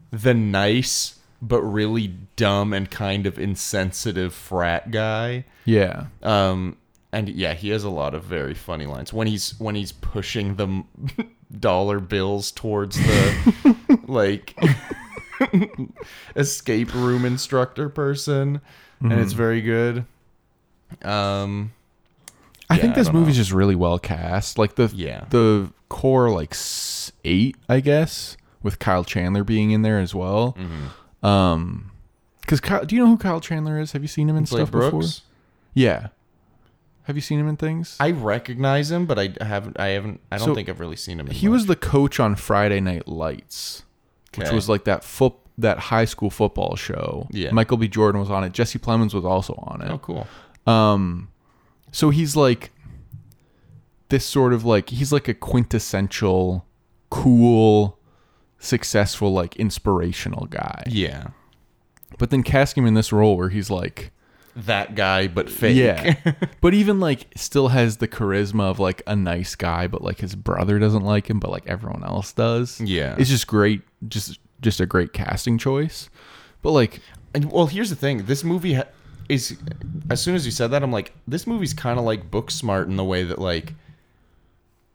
the nice but really dumb and kind of insensitive frat guy. Yeah. Um, and yeah, he has a lot of very funny lines when he's when he's pushing the m- <laughs> dollar bills towards the <laughs> like <laughs> escape room instructor person, and Mm-hmm. it's very good. Um, I Yeah, think I this don't know. movie's just really well cast. Like the Yeah. the core like s- Furious Eight, I guess, with Kyle Chandler being in there as well. Mm-hmm. Um, because Kyle, do you know who Kyle Chandler is? Have you seen him in Blake stuff Brooks. before? Yeah. Have you seen him in things? I recognize him, but I haven't. I haven't. I don't So, think I've really seen him. in he much. was the coach on Friday Night Lights, which Okay. was like that foot that high school football show. Yeah. Michael B. Jordan was on it. Jesse Plemons was also on it. Oh, cool. Um, so he's like this sort of like he's like a quintessential cool, successful, like inspirational guy. Yeah, But then cast him in this role where he's like that guy, but fake. <laughs> yeah. but even like still has the charisma of like a nice guy, but like his brother doesn't like him, but like everyone else does. Yeah. It's just great just just a great casting choice. But like And well, here's the thing: this movie ha- is. As soon as you said that, I'm like, this movie's kind of like book smart in the way that like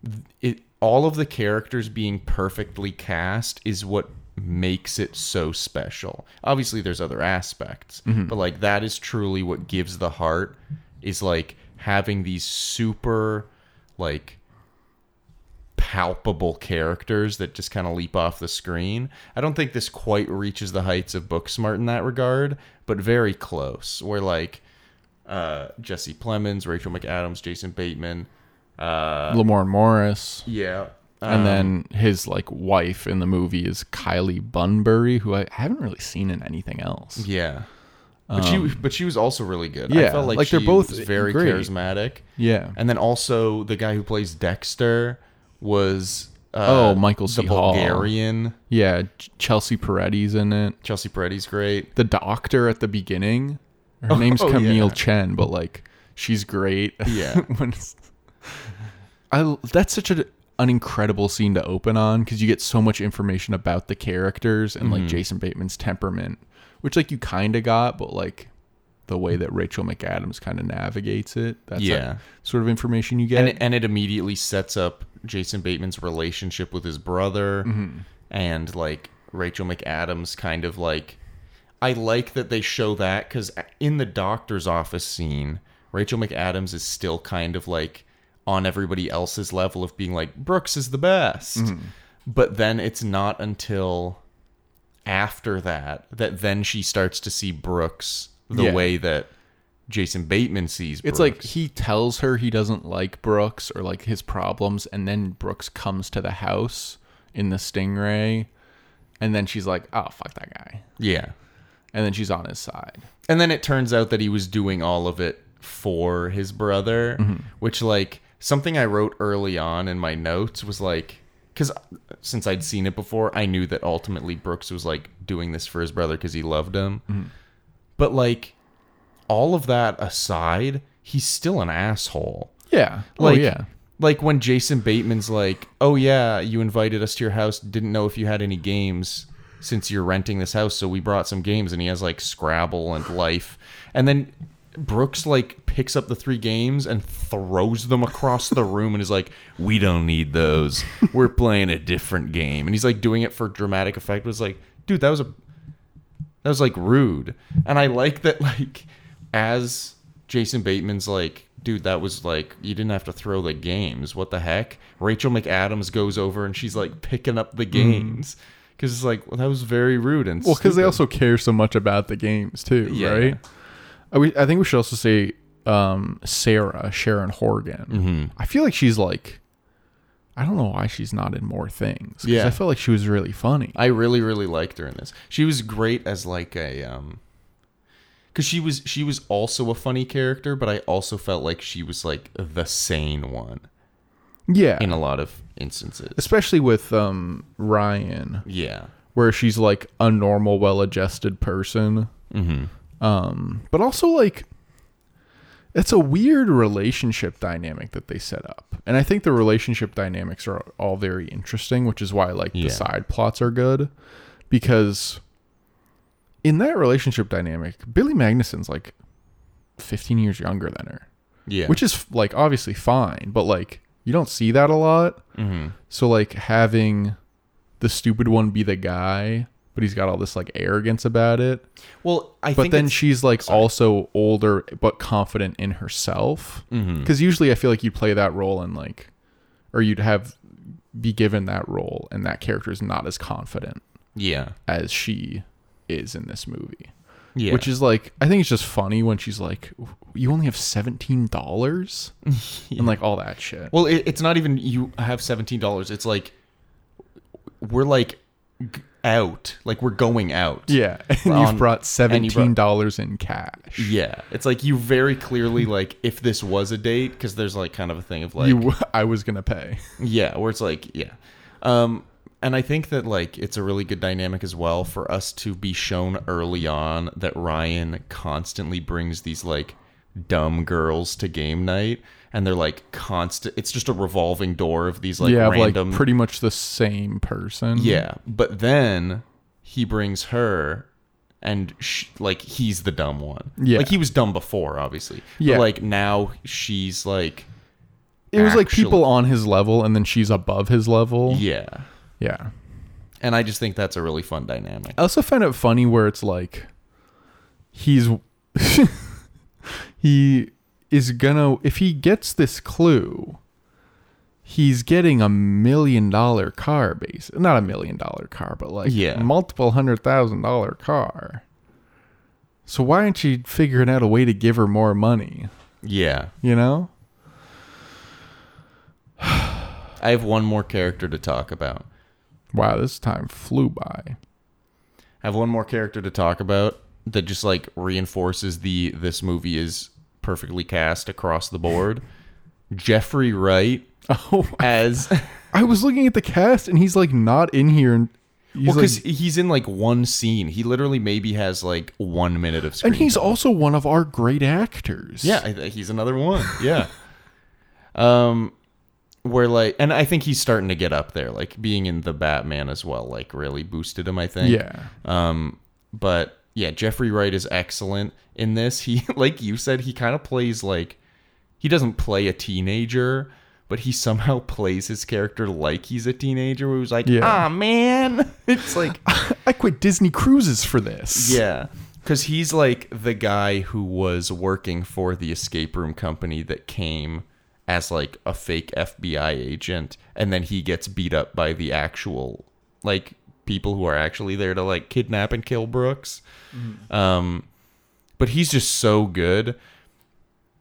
th- it. All of the characters being perfectly cast is what makes it so special. Obviously, there's other aspects, but like that is truly what gives the heart. Is like having these super, like palpable characters that just kind of leap off the screen. I don't think this quite reaches the heights of Booksmart in that regard, but very close. Where like uh, Jesse Plemons, Rachel McAdams, Jason Bateman, uh, Lamorne Morris. yeah, uh, And then his like wife in the movie is Kylie Bunbury, who I haven't really seen in anything else. yeah. But she, but she was also really good. I Um, yeah, felt like, like, she they're both was very great. charismatic. Yeah. And then also the guy who plays Dexter was uh, Oh, Michael the C. Hall. Bulgarian. Yeah, Ch- Chelsea Peretti's in it. Chelsea Peretti's great. The doctor at the beginning, her name's <laughs> oh, Camille yeah. Chen, but like she's great. <laughs> Yeah. when it's, I that's such a, an incredible scene to open on because you get so much information about the characters and Mm-hmm. like Jason Bateman's temperament, which like you kind of got, but like the way that Rachel McAdams kind of navigates it, that's Yeah. yeah. sort of information you get. and it, and it immediately sets up Jason Bateman's relationship with his brother Mm-hmm. and like Rachel McAdams kind of like I like that they show that cuz in the doctor's office scene Rachel McAdams is still kind of like on everybody else's level of being like Brooks is the best Mm-hmm. but then it's not until after that that then she starts to see Brooks the Yeah. way that Jason Bateman sees It's Brooks. like he tells her he doesn't like Brooks or like his problems, and then Brooks comes to the house in the Stingray, and then she's like, "Oh fuck that guy," yeah and then she's on his side. and then it turns out that he was doing all of it for his brother which like something i wrote early on in my notes was like because since i'd seen it before i knew that ultimately brooks was like doing this for his brother because he loved him but like all of that aside he's still an asshole Yeah, like oh yeah, like when jason bateman's like oh yeah you invited us to your house didn't know if you had any games since you're renting this house so we brought some games and he has like scrabble and life and then brooks like picks up the three games and throws them across the room and is like we don't need those we're playing a different game and he's like doing it for dramatic effect was like dude that was a that was like rude. And I like that like as Jason Bateman's like, dude, that was like you didn't have to throw the games. What the heck? Rachel McAdams goes over and she's like picking up the games. Cause it's like, well, that was very rude and Mm. well because they stupid. also care so much about the games too, Yeah. right? I, we, I think we should also say um, Sarah Sharon Horgan. I feel like she's like, I don't know why she's not in more things. 'cause Yeah. I felt like she was really funny. I really, really liked her in this. She was great as like a um because she was she was also a funny character, but I also felt like she was like the sane one yeah, in a lot of instances. especially with um, Ryan. Yeah. where she's like a normal, well-adjusted person. Mm-hmm. Um, but also like, it's a weird relationship dynamic that they set up, and I think the relationship dynamics are all very interesting, which is why like Yeah. the side plots are good, because in that relationship dynamic, Billy Magnuson's like 15 years younger than her Yeah. which is like obviously fine, but like you don't see that a lot. Mm-hmm. So like having the stupid one be the guy, but he's got all this like arrogance about it. well, I But think then it's- she's like also older but confident in Hmm. Mm-hmm. herself. Because usually I feel like you play that role in like, or you'd have be given that role and that character is not as confident Yeah. as she is in this movie. Yeah. Which is like I think it's just funny when she's like you only have $17 <laughs> and like all that shit. Well, it, it's not even you have seventeen dollars. It's like we're like g- out, like we're going out. yeah, <laughs> and on- you've brought and you brought- $17 in cash. Yeah. It's like you very clearly like if this was a date because there's like kind of a thing of like you I was going to pay. yeah, where it's like yeah, um, and I think that like it's a really good dynamic as well for us to be shown early on that Ryan constantly brings these like dumb girls to game night. And they're like constant. It's just a revolving door of these <laughs> like yeah, of, random, like pretty much the same person. Yeah, but then he brings her, and sh like he's the dumb one. Yeah. like he was dumb before, obviously. But, Yeah. like now she's like, It was like actually- people on his level and then she's above his level. yeah, Yeah. and I just think that's a really fun dynamic. I also find it funny where it's like he's <laughs> he is gonna if he gets this clue, he's getting a million dollar car base. Not a million dollar car, but like Yeah. multiple hundred thousand dollar car. So why aren't you figuring out a way to give her more money? Yeah, You know? I have one more character to talk about. Wow, this time flew by. I have one more character to talk about that just like reinforces the this movie is perfectly cast across the board. Jeffrey Wright <laughs> Oh, as I was looking at the cast and he's like not in here and he's Well, like because he's in like one scene. He literally maybe has like one minute of screen. And he's time. also one of our great actors. yeah, I- he's <laughs> another one. Yeah. um, where like, and I think he's starting to get up there. Like being in the Batman as well, like really boosted him. I think. Yeah. <laughs> Um, but yeah, Jeffrey Wright is excellent in this. He, <laughs> like you said, he kind of plays like he doesn't play a teenager, but he somehow plays his character like he's a teenager. Who's like, Yeah. ah, man, <laughs> it's like. I quit Disney Cruises for this. Yeah. Because he's like the guy who was working for the escape room company that came as like a fake FBI agent. And then he gets beat up by the actual, like, people who are actually there to like kidnap and kill Brooks. Um, but he's just so good.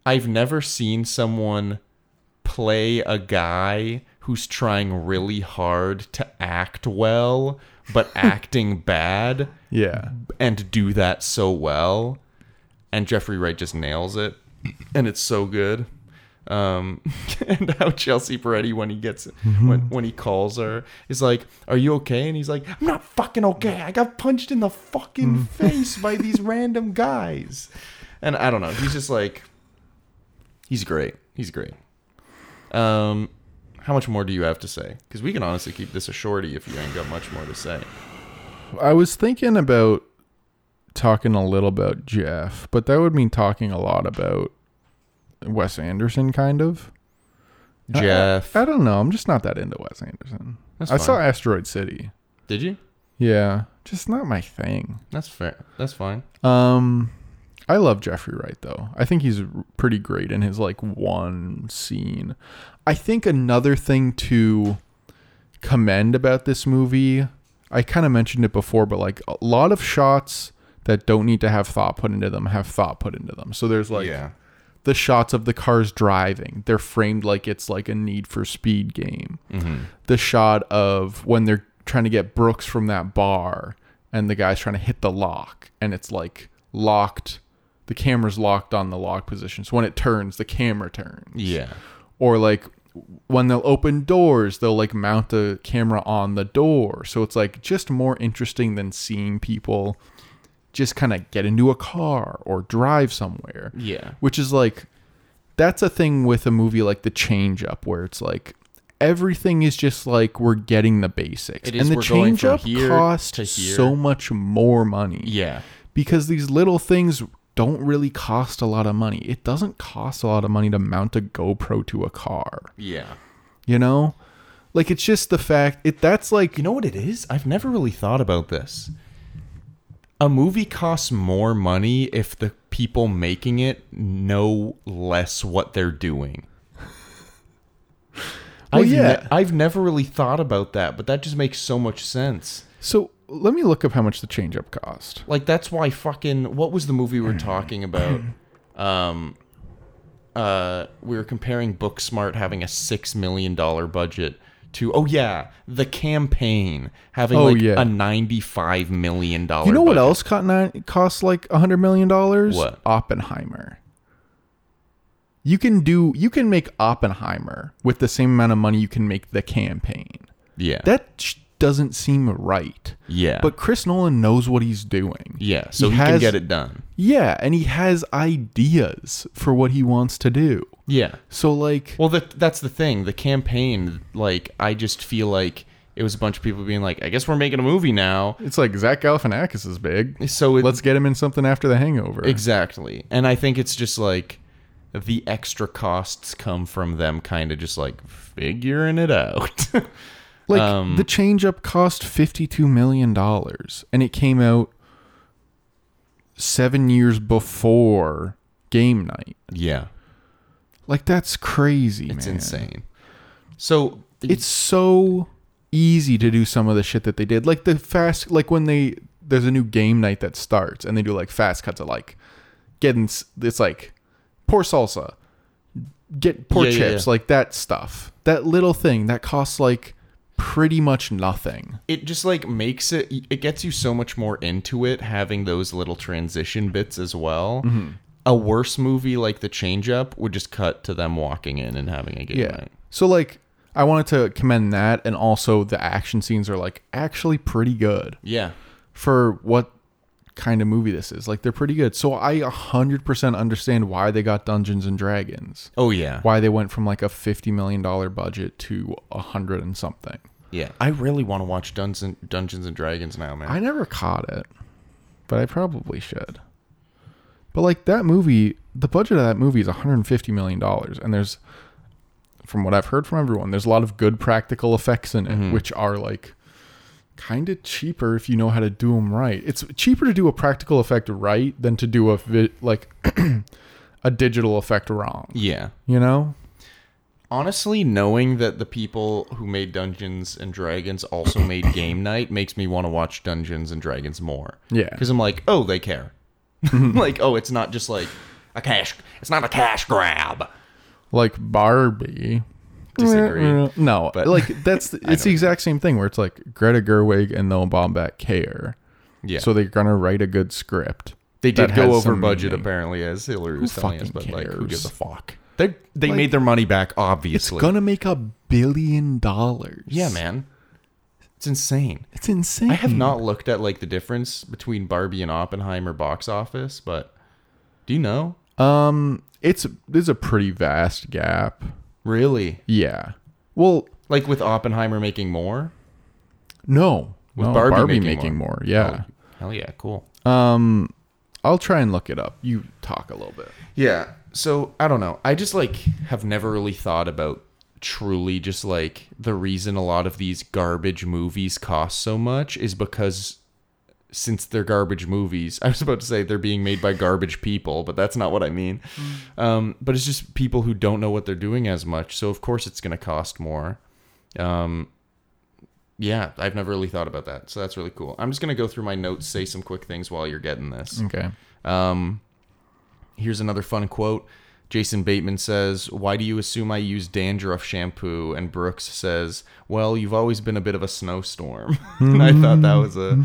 I've never seen someone play a guy who's trying really hard to act well, but acting bad Yeah. and do that so well. And Jeffrey Wright just nails it, and it's so good. Um, <laughs> and how Chelsea Peretti, when he gets Mm-hmm. when when he calls her, is like, "Are you okay?" And he's like, "I'm not fucking okay. I got punched in the Mm. fucking face by <laughs> these random guys." And I don't know. He's just like, he's great. He's great. Um, how much more do you have to say? Because we can honestly keep this a shorty if you ain't got much more to say. I was thinking about talking a little about Jeff, but that would mean talking a lot about Wes Anderson, kind of. I- Jeff, I, don't know. I'm just not that into Wes Anderson. That's Uh, I saw fine. Asteroid City. did you? Yeah. Just not my thing. That's fair. That's fine. Um, I love Jeffrey Wright though. I think he's pretty great in his like one scene. I think another thing to commend about this movie, I kind of mentioned it before, but like a lot of shots that don't need to have thought put into them have thought put into them. So there's like the shots of the cars driving. They're framed like it's like a need for speed game. mm-hmm. The shot of when they're trying to get Brooks from that bar and the guy's trying to hit the lock and it's like locked. The camera's locked on the lock position. So when it turns, the camera turns. Yeah. Or like when they'll open doors, they'll like mount the camera on the door. So it's like just more interesting than seeing people just kind of get into a car or drive somewhere Yeah. which is like that's a thing with a movie like the change up where it's like everything is just like we're getting the basics It is, and the we're going change from up here cost to here. so much more money Yeah. because these little things don't really cost a lot of money it doesn't cost a lot of money to mount a gopro to a car Yeah. you know like it's just the fact it that's like You know what it is? I've never really thought about this. A movie costs more money if the people making it know less what they're doing. Well, I've ne- yeah. I've never really thought about that, but that just makes so much sense. So let me look up how much the change up cost. Like that's why fucking what was the <clears throat> movie we were talking about? Um uh we were comparing Booksmart having a 6 million dollar budget to oh yeah, The Campaign having Oh, like yeah. a 95 million dollar You know what budget. else caught nine, costs like a hundred million dollars? What? Oppenheimer. You can do. You can make Oppenheimer with the same amount of money you can make the campaign. Yeah. That sh- doesn't seem right. yeah. But Chris Nolan knows what he's doing. yeah, so he, can has- get it done. Yeah, and he has ideas for what he wants to do. Yeah. So like, Well, that that's the thing. The campaign, like, I just feel like it was a bunch of people being like, "I guess we're making a movie now." it's like Zach Galifianakis is big. So it, Let's get him in something after The Hangover. exactly, and I think it's just like the extra costs come from them, kind of just like figuring it out. <laughs> Like Um, the change up cost fifty two million dollars and it came out seven years before game night. yeah, Like that's crazy. it's man. insane. So It's so easy to do some of the shit that they did. Like the fast like when they there's a new game night that starts and they do like fast cuts of like getting s- it's like pour salsa, get pour Yeah, yeah, chips, yeah. like that stuff. That little thing that costs like pretty much nothing. it just like makes it it gets you so much more into it having those little transition bits as well a worse movie like the change up would just cut to them walking in and having a game Yeah. night So like I wanted to commend that and also the action scenes are like actually pretty good yeah for what kind of movie this is. Like they're pretty good. So I 100% understand why they got Dungeons and Dragons. oh yeah Why they went from like a 50 million dollar budget to a 100 and something. yeah i really want to watch dungeons dungeons and dragons now man I never caught it, but I probably should. But like that movie, the budget of that movie is 150 million dollars, and there's, from what I've heard from everyone, there's a lot of good practical effects in it, which are like, kind of cheaper if you know how to do them right. It's cheaper to do a practical effect right than to do a vi- like, <clears throat> a digital effect wrong. yeah You know? honestly knowing that the people who made dungeons and dragons <coughs> also made game night makes me want to watch dungeons and dragons more Yeah. because i'm like oh <laughs> they care <laughs> like oh it's not just like a cash it's not a cash grab like Barbie. Disagree. No, But- like that's <laughs> the, it's the exact same thing where it's like Greta Gerwig and Noah Baumbach care, yeah so they're gonna write a good script. They that did go has over some budget, meaning. apparently, as Hillary was telling us. But fucking like, who cares? gives a fuck? They they Like, made their money back, obviously. It's gonna make a billion dollars. yeah, man, it's insane. it's insane. I have not looked at like the difference between Barbie and Oppenheimer box office, but do you know? Um, it's there's a pretty vast gap. Really? Yeah. Well, Like with Oppenheimer making more? no, With no, Barbie Barbie making making more. Oh. more. Yeah. Hell yeah, cool. I'll try and look it up. You talk a little bit. Yeah. So I don't know. I just like have never really thought about truly just like the reason a lot of these garbage movies cost so much is because since they're garbage movies, <laughs> I was about to say they're being made by garbage people, but that's not what I mean. Um, but it's just people who don't know what they're doing as much. So of course it's going to cost more. Um, yeah, I've never really thought about that. So that's really cool. I'm just going to go through my notes, say some quick things while you're getting this. Okay. Um, here's another fun quote. Jason Bateman says, Why do you assume I use dandruff shampoo? And Brooks says, Well, you've always been a bit of a snowstorm. <laughs> and I thought that was a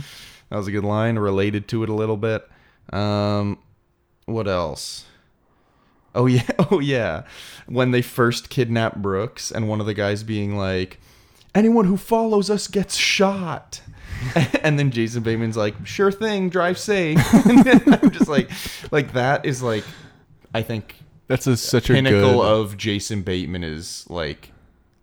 that was a good line, related to it a little bit. Um, what else? Oh yeah, <laughs> oh yeah. When they first kidnap Brooks, and one of the guys being like, "Anyone who follows us gets shot," <laughs> and then Jason Bateman's like, "Sure thing, drive safe." <laughs> and then I'm just like, like that is like, I think That's a, such a good. pinnacle of Jason Bateman is like,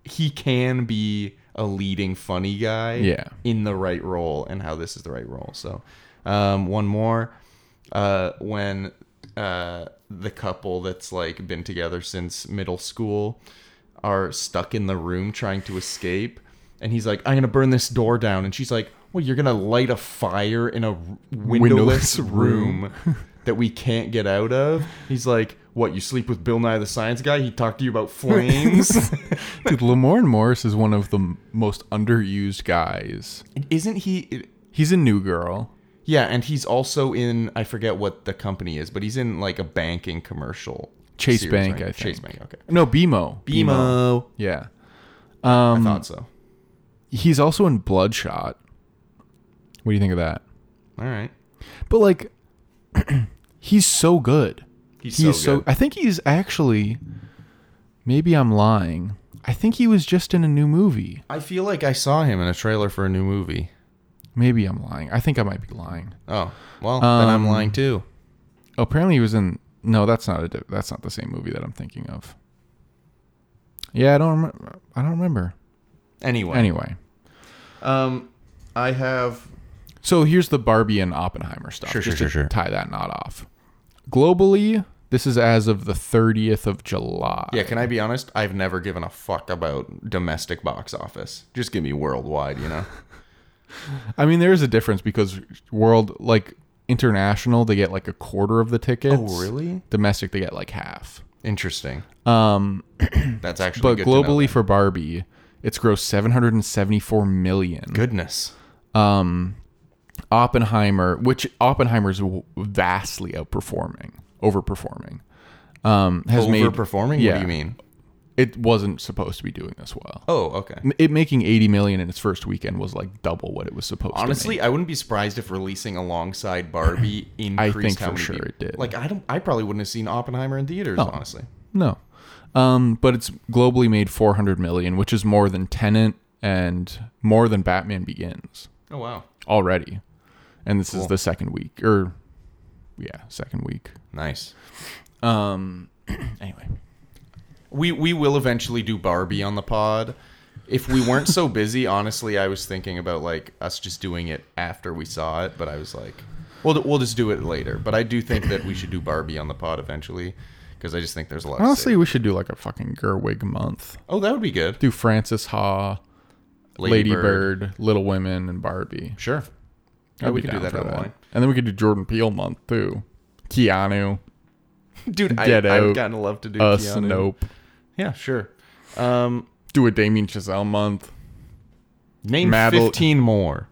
he can be a leading funny guy, Yeah. in the right role, and how this is the right role. So, um, one more, uh, when uh, the couple that's like been together since middle school are stuck in the room trying to escape, and he's like, "I'm gonna burn this door down," and she's like, "Well, you're gonna light a fire in a r- Windowless windowless, <laughs> room." that we can't get out of. He's like, What you sleep with Bill Nye the Science Guy? He talked to you about flames. <laughs> <laughs> Dude, Lamorne Morris is one of the m- most underused guys. Isn't he? He's a new girl. Yeah, and he's also in I forget what the company is, but he's in like a banking commercial. Chase series, Bank, right? I think. Chase Bank. Okay. No, BMO. BMO. Yeah. I Um, thought so. He's also in Bloodshot. What do you think of that? All right. But like, <clears throat> he's so good. He's, He's so, so. good. I think he's actually. Maybe I'm lying. I think he was just in a new movie. I feel like I saw him in a trailer for a new movie. Maybe I'm lying. I think I might be lying. Oh well, then I'm Um, lying too. Oh, apparently he was in. No, that's not a. di- That's not the same movie that I'm thinking of. Yeah, I don't. Rem- I don't remember. Anyway, Anyway, um, I have so here's the Barbie and Oppenheimer stuff. Sure, sure, just sure, to sure. Tie that knot off. Globally, this is as of the 30th of July. yeah. Can I be honest? I've never given a fuck about domestic box office. Just give me worldwide, you <laughs> know. I mean, there is a difference because world like international, they get like a quarter of the tickets. Oh, Domestic, they get like half. Interesting. Um, That's actually but good to know globally then. for Barbie, it's grossed 774 million. goodness. um, Oppenheimer, which Oppenheimer's w- vastly outperforming, overperforming, um, has made Overperforming. What yeah. do you mean? it wasn't supposed to be doing this well. Oh, okay. It making 80 million in its first weekend was like double what it was supposed Honestly, to. I wouldn't be surprised if releasing alongside <clears throat> Barbie think increased how for many sure people- it did. Like I don't I probably wouldn't have seen Oppenheimer in theaters, honestly. Honestly, no, um, but it's globally made 400 million, which is more than Tenant and more than Batman Begins Oh wow. already, and this Cool. is the second week or yeah, second week. Nice. Um, <clears throat> anyway, We we will eventually do Barbie on the pod. If we <laughs> weren't so busy, honestly, I was thinking about like us just doing it after we saw it, but I was like, we'll we'll just do it later. But I do think that we should do Barbie on the pod eventually because I just think there's a lot. to Honestly, say. we should do like a fucking Gerwig month. oh, that would be good. Do Francis Ha, Lady, Bird. Little Women, and Barbie. <laughs> sure. Yeah, I'd we be could do down that for down the line. And then we could do Jordan Peele month too. Keanu, uh, Dude, I, Get I would out. kind of love to do us, Keanu. Nope. Yeah, sure. Um, Do a Damien Chazelle month. name Madel- 15 more.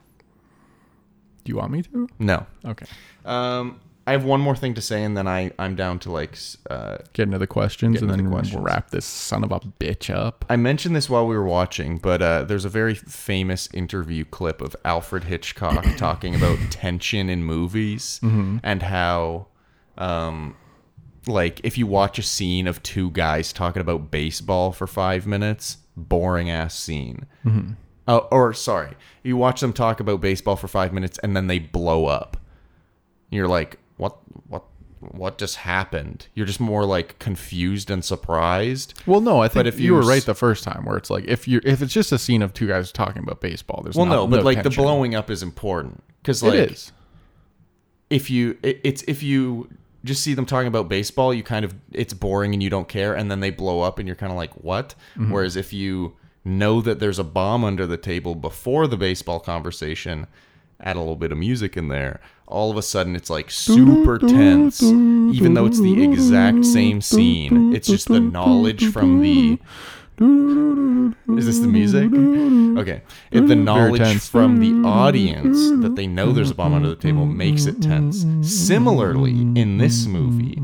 Do you want me to? No. Okay. Um, I have one more thing to say, and then I, I'm down to like. s- Uh, Get into the questions Get and into the then questions. we'll wrap this son of a bitch up. I mentioned this while we were watching, but uh, there's a very famous interview clip of Alfred Hitchcock talking about tension in movies and how. Um, like if you watch a scene of two guys talking about baseball for five minutes, boring ass scene. Uh, or sorry, you watch them talk about baseball for five minutes and then they blow up. You're like, what, what, what just happened? You're just more like confused and surprised. Well, no, I think if if you, you were s- right the first time, where it's like if you are if it's just a scene of two guys talking about baseball, there's Well, not- no, but like the tension. blowing up is important because It like is. if you it, it's if you just see them talking about baseball, you kind of it's boring and you don't care, and then they blow up and you're kind of like what? Mm-hmm. Whereas if you know that there's a bomb under the table before the baseball conversation, add a little bit of music in there. All of a sudden, it's like super tense, even though it's the exact same scene. It's just the knowledge from the is this the music? Okay. If the knowledge tense. from the audience that they know there's a bomb under the table makes it tense. Similarly, in this movie,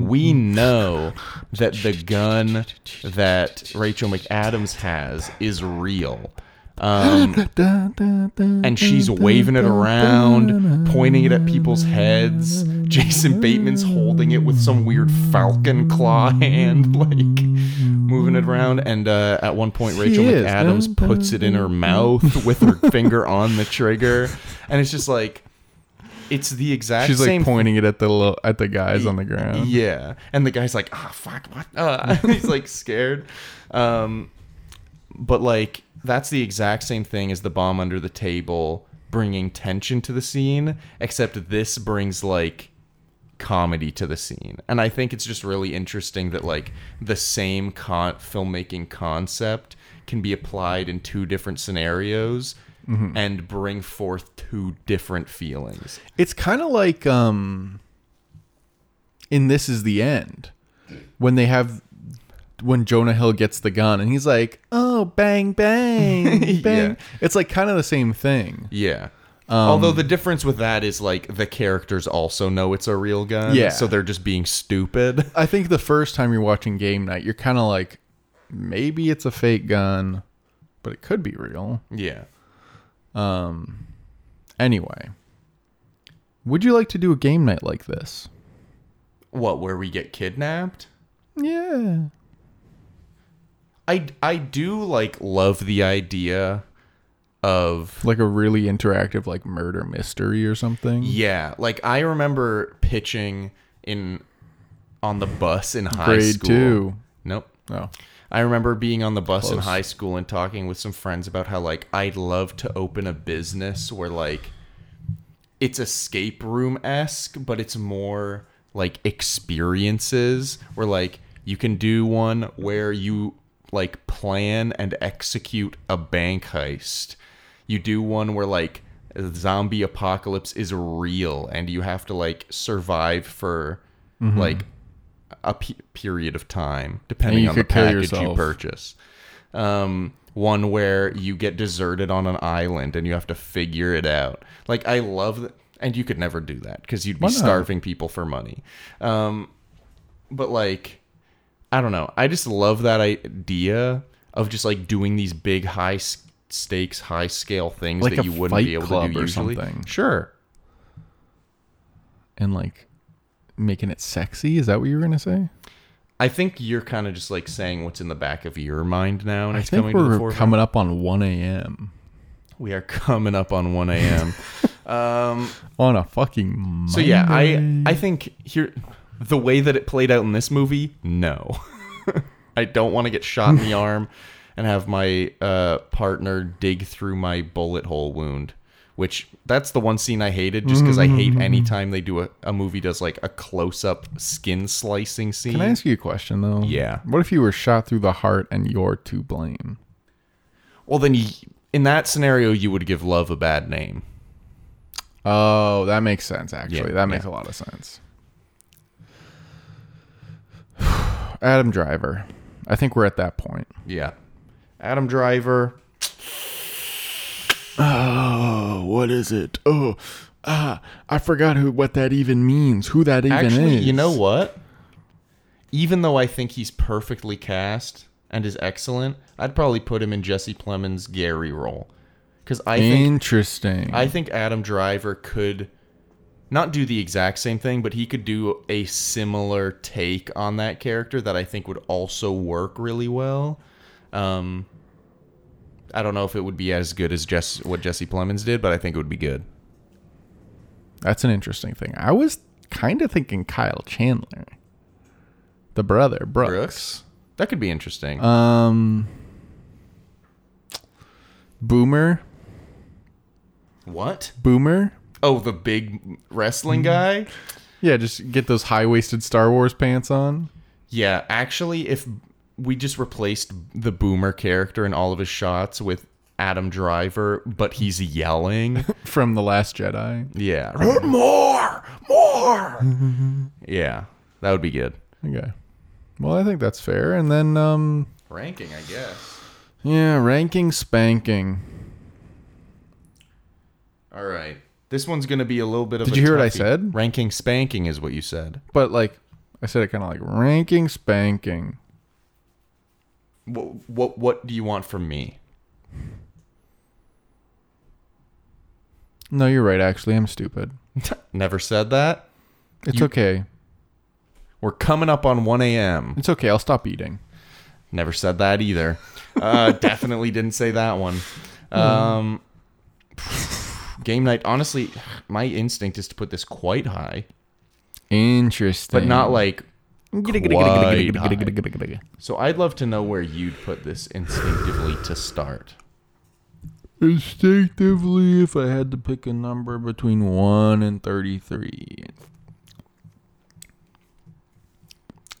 we know that the gun that Rachel McAdams has is real. Um, <laughs> and she's waving it around, pointing it at people's heads. Jason Bateman's holding it with some weird falcon claw <laughs> hand, like moving it around. And uh, at one point, Rachel is. McAdams puts it in her mouth with her finger on the trigger, and it's just like it's the exact She's same like pointing it at the lo- at the guys on the ground. yeah, and the guy's like, "Ah, fuck, what?" <laughs> Uh, he's like scared. Um, but like that's the exact same thing as the bomb under the table, bringing tension to the scene. Except this brings like comedy to the scene, and I think it's just really interesting that like the same con- filmmaking concept can be applied in two different scenarios. And bring forth two different feelings. It's kind of like um in this is the end. when they have when Jonah Hill gets the gun and he's like, "Oh, bang bang, <laughs> Yeah. bang." It's like kind of the same thing. Yeah. Um, Although the difference with that is like the characters also know it's a real gun. Yeah. So they're just being stupid. <laughs> I think the first time you're watching Game Night, you're kind of like, maybe it's a fake gun, but it could be real. yeah. Anyway, would you like to do a game night like this? What, where we get kidnapped? Yeah. I, I do like love the idea of Like a really interactive, like murder mystery or something. yeah like i remember pitching in on the bus in high Grade school two. nope Oh. I remember being on the bus in Close. high school and talking with some friends about how like I'd love to open a business where like it's escape room esque, but it's more like experiences where like you can do one where you like plan and execute a bank heist. You do one where like a zombie apocalypse is real and you have to like survive for like a pe- period of time Mm-hmm. depending you on the could kill package you yourself. purchase. Um, one where you get deserted on an island and you have to figure it out. Like I love that, and you could never do that because you'd be Why not? starving people for money. Um, but like, I don't know. I just love that idea of just like doing these big high s- stakes, high scale things Like that a you wouldn't Fight be able to Club do or usually. something. Sure. And like making it sexy. Is that what you were going to say? I think you're kind of just like saying what's in the back of your mind now, and I it's think coming to the we're forefront. coming up on 1 a.m. We are coming up on <laughs> 1 a.m. um, on a fucking Monday. so yeah, I I think here the way that it played out in this movie, no. <laughs> I don't want to get <laughs> shot in the arm and have my uh, partner dig through my bullet hole wound, which that's the one scene I hated just because I hate Mm-hmm. any time they do a, a movie does like a close up skin slicing scene. Can I ask you a question though? Yeah. What if you were shot through the heart and you're to blame? well, then you, in that scenario, you would give love a bad name. Oh, that makes sense. Actually, Yeah, that makes yeah. a lot of sense. Adam Driver. I think we're at that point. Yeah. Adam Driver. Oh, what is it? Oh, ah, I forgot who what that even means. Who that even Actually, you know what? Even though I think he's perfectly cast and is excellent, I'd probably put him in Jesse Plemons' Gary role because I think Interesting. I think Adam Driver could not do the exact same thing, but he could do a similar take on that character that I think would also work really well. Um, I don't know if it would be as good as Jess what Jesse Plemons did, but I think it would be good. That's an interesting thing. I was kind of thinking Kyle Chandler, the brother Brooks. Brooks, that could be interesting. Um, Boomer, what? Boomer. Oh, the big wrestling guy? Yeah, just get those high waisted Star Wars pants on. Yeah, actually, if we just replaced the boomer character in all of his shots with Adam Driver, but <laughs> he's yelling. from the Last Jedi. <laughs> Yeah. more! More! <laughs> yeah, that would be good. Okay. Well, I think that's fair. And then, um, Ranking, I guess. yeah, ranking spanking. All right. This one's going to be a little bit of Did a you hear what I toughie. said? Ranking spanking is what you said. But like, I said it kind of like ranking spanking. What, what, what do you want from <laughs> me? No, you're right. Actually, I'm stupid. Never said that. It's You- okay. We're coming up on 1 a.m. It's okay. I'll stop eating. Never said that either. Uh, definitely didn't say that one. Um, <sighs> game night. Honestly, my instinct is to put this quite high, Interesting. but not like. quite high. like. So I'd love to know where you'd put this instinctively to start. Instinctively, if I had to pick a number between 1 and 33.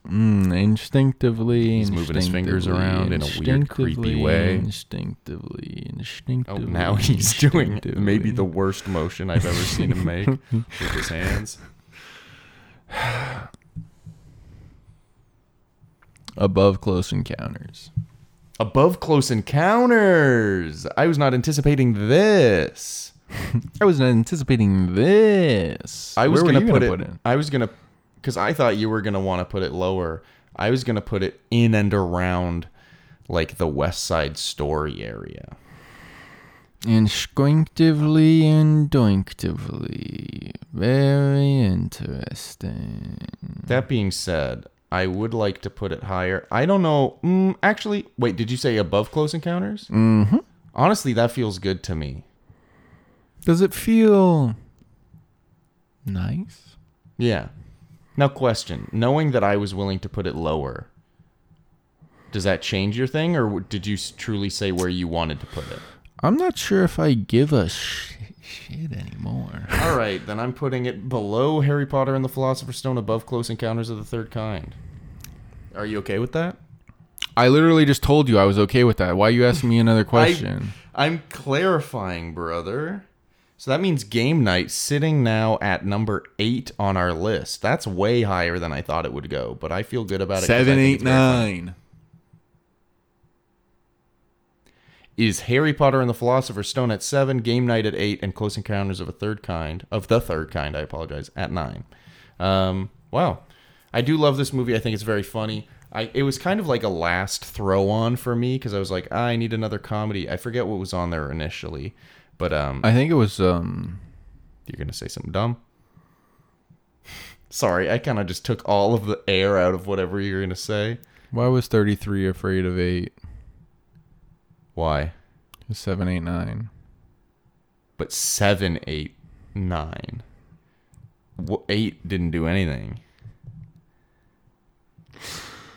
Mm, instinctively. He's moving his fingers instinctively, around in a weird, creepy instinctively, way. Instinctively, Oh, instinctively. now he's doing maybe the instinctively. worst motion I've ever seen him make with his hands. Above Close Encounters. Above Close Encounters. I was not anticipating this. I was not anticipating this. I Where was were gonna, you put, it, I was gonna, because I thought you were gonna want to put it lower. I was gonna put it in and around, like the West Side Story area. Instinctively and doinctively. Very interesting. That being said, I would like to put it higher. I don't know. Mm, actually, wait, did you say above Close Encounters? Mm-hmm. Honestly, that feels good to me. Does it feel nice? Yeah. Now, question: Knowing that I was willing to put it lower, does that change your thing, or w- did you s- truly say where you wanted to put it? I'm not sure if I give a sh- shit anymore. All right, then I'm putting it below Harry Potter and the Philosopher's Stone, above Close Encounters of the Third Kind. Are you okay with that? I literally just told you I was okay with that. Why are you asking me another question? I, am clarifying, brother. So that means game night sitting now at number eight on our list. That's way higher than I thought it would go, but I feel good about it. 'cause I Seven, think eight, it's very fun. nine. Is Harry Potter and the Philosopher's Stone at seven, game night at eight, and Close Encounters of a Third Kind of the Third Kind. I apologize at nine. Um, wow, I do love this movie. I think it's very funny. I, it was kind of like a last throw on for me because I was like, "Ah, I need another comedy. I forget what was on there initially, but um, I think it was um You're gonna say something dumb. <laughs> Sorry, I kind of just took all of the air out of whatever you're gonna say. why was 33 afraid of 8? Why? 7 8 9. But seven, eight, nine. Wh- Eight didn't do anything.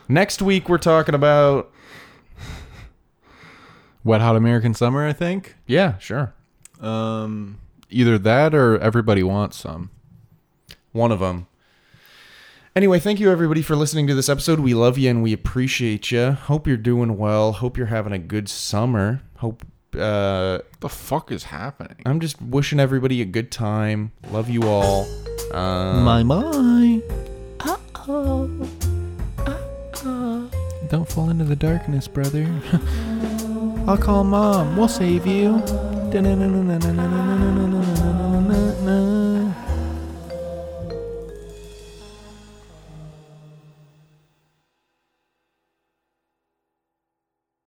Next week we're talking about. Wet Hot American Summer, I think. Yeah, sure. Um either that or everybody wants some. One of them. Anyway, thank you everybody for listening to this episode. We love you and we appreciate you. Hope you're doing well. Hope you're having a good summer. Hope uh, the fuck is happening? I'm just wishing everybody a good time. Love you all. Um, my my. Uh-oh. Uh-oh. Don't fall into the darkness, brother. <laughs> I'll call mom. We'll save you.